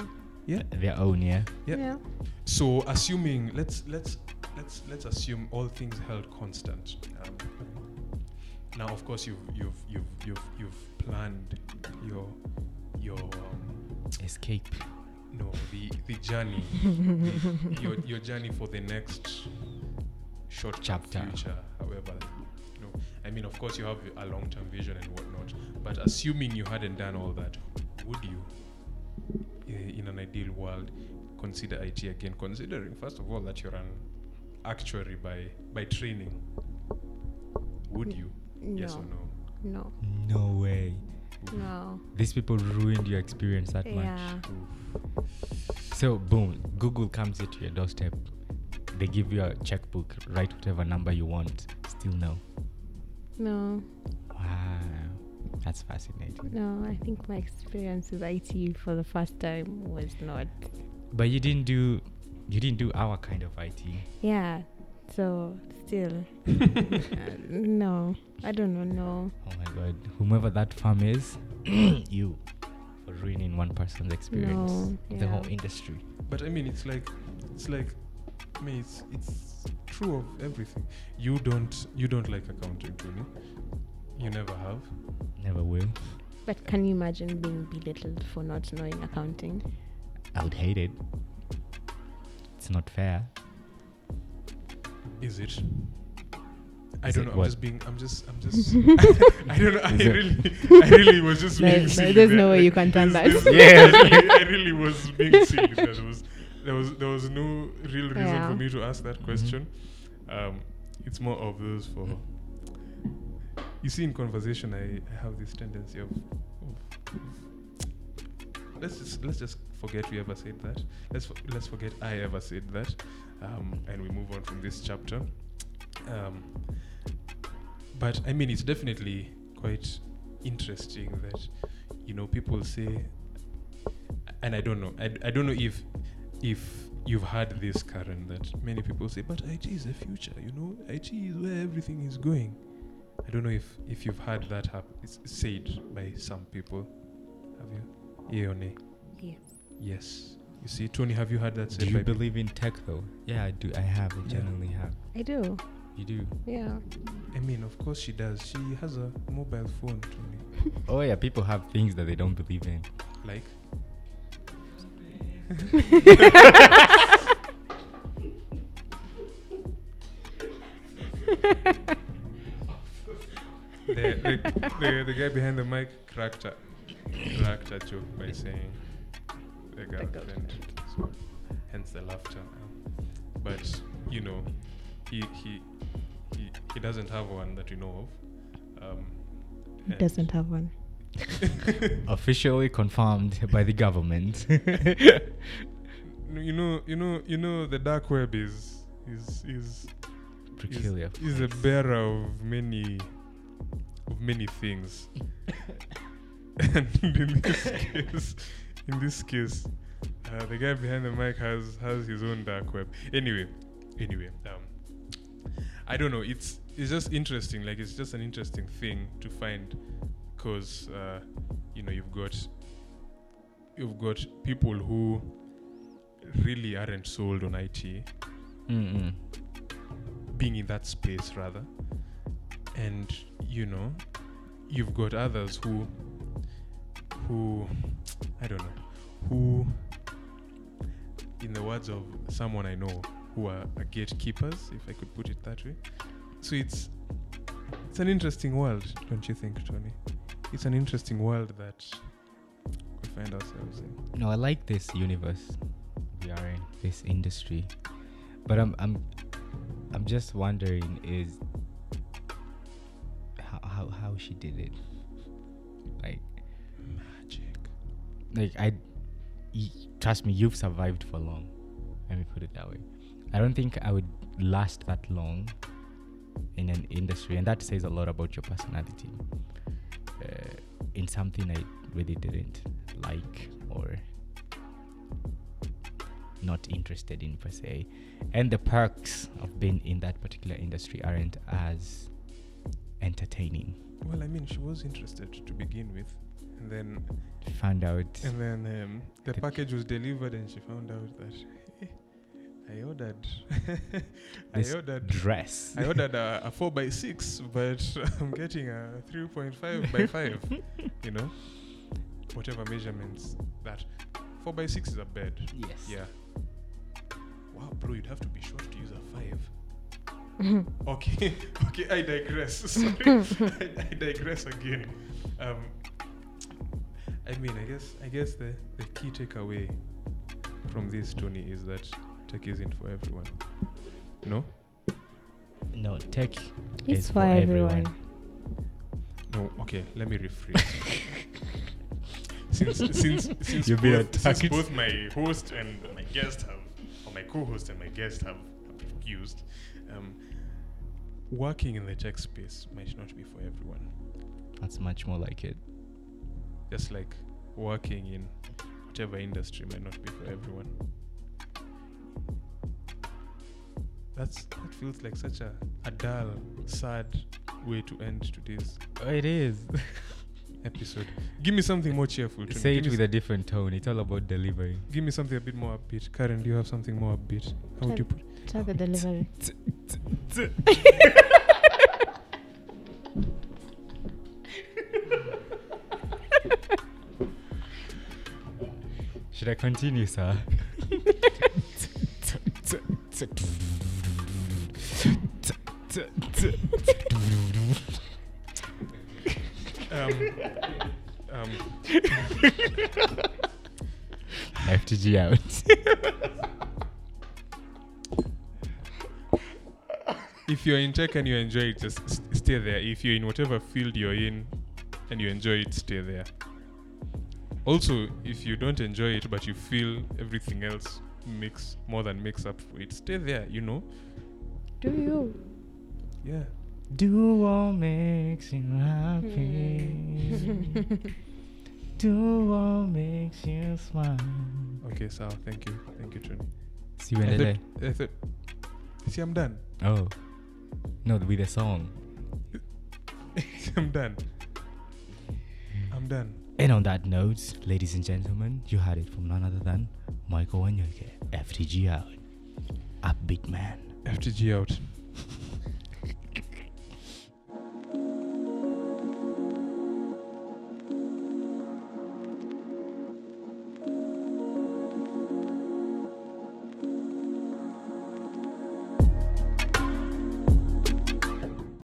Speaker 1: Yeah.
Speaker 2: their own, yeah.
Speaker 1: Yeah. So, assuming let's let's let's let's assume all things held constant. Um, now, of course, you've you've you've you've you've planned your your um,
Speaker 2: Escape.
Speaker 1: no the the journey your, your journey for the next short
Speaker 2: Chapter.
Speaker 1: chapter future however you know i mean of course you have a long-term vision and whatnot but assuming you hadn't done all that would you i- in an ideal world consider it again considering first of all that you're an actuary by by training would you yes or no
Speaker 3: No.
Speaker 2: No way.
Speaker 3: No.
Speaker 2: These people ruined your experience that
Speaker 3: Yeah.
Speaker 2: much. So boom, Google comes into your doorstep. They give you a checkbook, write whatever number you want. Still no.
Speaker 3: No.
Speaker 2: Wow. That's fascinating.
Speaker 3: No. I think my experience with IT for the first time was not.
Speaker 2: But you didn't do you didn't do our kind of IT.
Speaker 3: Yeah. So still. uh, no. I don't know. No.
Speaker 2: Oh my god. Whomever that firm is, you for ruining one person's experience.
Speaker 3: No,
Speaker 2: The
Speaker 3: yeah.
Speaker 2: whole industry.
Speaker 1: But I mean, it's like, it's like, I mean, it's it's true of everything. You don't you don't like accounting, do you? You never have.
Speaker 2: Never will.
Speaker 3: But can you imagine being belittled for not knowing accounting?
Speaker 2: I would hate it. It's not fair.
Speaker 1: Is it? I
Speaker 2: Is
Speaker 1: don't
Speaker 2: it
Speaker 1: know. I'm
Speaker 2: what?
Speaker 1: just being. I'm just. I'm just. I don't know. I
Speaker 2: Is it-
Speaker 1: really. I really was just.
Speaker 3: There-
Speaker 1: being
Speaker 3: there-
Speaker 1: silly
Speaker 3: there's
Speaker 1: there.
Speaker 3: no way you can turn
Speaker 1: There's-
Speaker 3: that.
Speaker 1: there's- I really, I really was being silly. There. there was. There was. There was no real reason
Speaker 3: Yeah.
Speaker 1: for me to ask that
Speaker 2: Mhm.
Speaker 1: question. Um, it's more of those for. You see, in conversation, I, I have this tendency of, of let's just let's just forget we ever said that. Let's for, let's forget I ever said that, um, and we move on from this chapter. Um, but I mean, it's definitely quite interesting that you know people say, and I don't know, I, I don't know if if you've heard this Karen that many people say, but IT is the future. You know, IT is where everything is going. I don't know if if you've heard that hap- it's said by some people. Have you? Yeah or nay?
Speaker 3: Yes.
Speaker 1: Yes. You see, Tony, have you heard that said
Speaker 2: Do
Speaker 1: by
Speaker 2: you
Speaker 1: people?
Speaker 2: believe in tech though? Yeah, I do. I have. I
Speaker 1: Yeah.
Speaker 2: genuinely have.
Speaker 3: I do.
Speaker 2: You do.
Speaker 3: Yeah.
Speaker 1: I mean, of course she does. She has a mobile phone, Tony.
Speaker 2: Oh yeah, people have things that they don't believe in.
Speaker 1: Like, the, the, the, the guy behind the mic cracked a, cracked a joke by saying the girlfriend. So, hence the laughter. Um, But, you know, he, he, he, he doesn't have one that we know of. Um,
Speaker 3: He
Speaker 1: and-
Speaker 3: doesn't have one.
Speaker 2: officially confirmed by the government.
Speaker 1: No, you know, you know, you know, the dark web is is is
Speaker 2: Peculiar.
Speaker 1: is, is a bearer of many of many things. and in this case, in this case, uh, the guy behind the mic has has his own dark web. Anyway, anyway, um, I don't know. It's it's just interesting. Like it's just an interesting thing to find, because uh, you know you've got you've got people who really aren't sold on IT
Speaker 2: Mm-mm.
Speaker 1: being in that space rather and you know you've got others who who i don't know who in the words of someone i know who are are gatekeepers if i could put it that way so it's it's an interesting world don't you think tony it's an interesting world that we find ourselves in
Speaker 2: No, I like this universe we are in, this industry. But I'm I'm I'm just wondering is how how, how she did it. Like
Speaker 1: magic
Speaker 2: like I y- trust me, you've survived for long. Let me put it that way. I don't think I would last that long in an industry, and that says a lot about your personality. Uh, in something I really didn't like or not interested in per se, and the perks of being in that particular industry aren't as entertaining.
Speaker 1: well i mean she was interested to begin with and then
Speaker 2: Found out.
Speaker 1: And then um, the
Speaker 2: Did-
Speaker 1: package was delivered, and she found out that "Eh, I ordered, I
Speaker 2: This
Speaker 1: ordered,
Speaker 2: dress.
Speaker 1: I ordered a, a four by six, but I'm getting a three point five by five. You know, whatever measurements that four by six is a bed.
Speaker 2: Yes.
Speaker 1: Yeah. Wow, bro, you'd have to be short to use a five. okay, okay, I digress. Sorry, I, I digress again. Um, I mean, I guess, I guess the, the key takeaway from this, Tony, is that tech isn't for everyone. No,
Speaker 2: No, tech
Speaker 3: It's
Speaker 2: is
Speaker 3: for everyone.
Speaker 1: no. Okay, let me rephrase. since since since
Speaker 2: You've
Speaker 1: both,
Speaker 2: been
Speaker 1: since
Speaker 2: attacked.
Speaker 1: both my host and my guest have, or my co-host and my guest have used, um, working in the tech space might not be for everyone.
Speaker 2: That's much more like it.
Speaker 1: just like working in whatever industry might not be for everyone. That's that feels like such a, a dull, sad way to end today's
Speaker 2: Oh, It is.
Speaker 1: episode. Give me something more cheerful. Tony.
Speaker 2: Say
Speaker 1: give
Speaker 2: it
Speaker 1: me
Speaker 2: with
Speaker 1: s-
Speaker 2: a different tone. It's all about delivery.
Speaker 1: Give me something a bit more upbeat. Karen, do you have something more upbeat? How would you put?
Speaker 3: Try the delivery.
Speaker 2: Should I continue, sir?
Speaker 1: Um, um,
Speaker 2: FTG out.
Speaker 1: if you're in tech and you enjoy it, just s- stay there. If you're in whatever field you're in and you enjoy it, stay there. Also, if you don't enjoy it but you feel everything else makes more than makes up for it, stay there, you know?
Speaker 3: Do you?
Speaker 1: Yeah.
Speaker 2: Do what makes you happy. Do what makes you smile.
Speaker 1: Okay, Sal, thank you. Thank you, Tony.
Speaker 2: See you in
Speaker 1: I
Speaker 2: the
Speaker 1: thought,
Speaker 2: day.
Speaker 1: I thought, see, I'm done.
Speaker 2: Oh. No, with the song.
Speaker 1: See, I'm done. I'm done.
Speaker 2: And on that note, ladies and gentlemen, you had it from none other than Michael Wanyoke, FTG out. Upbeat man.
Speaker 1: FTG out.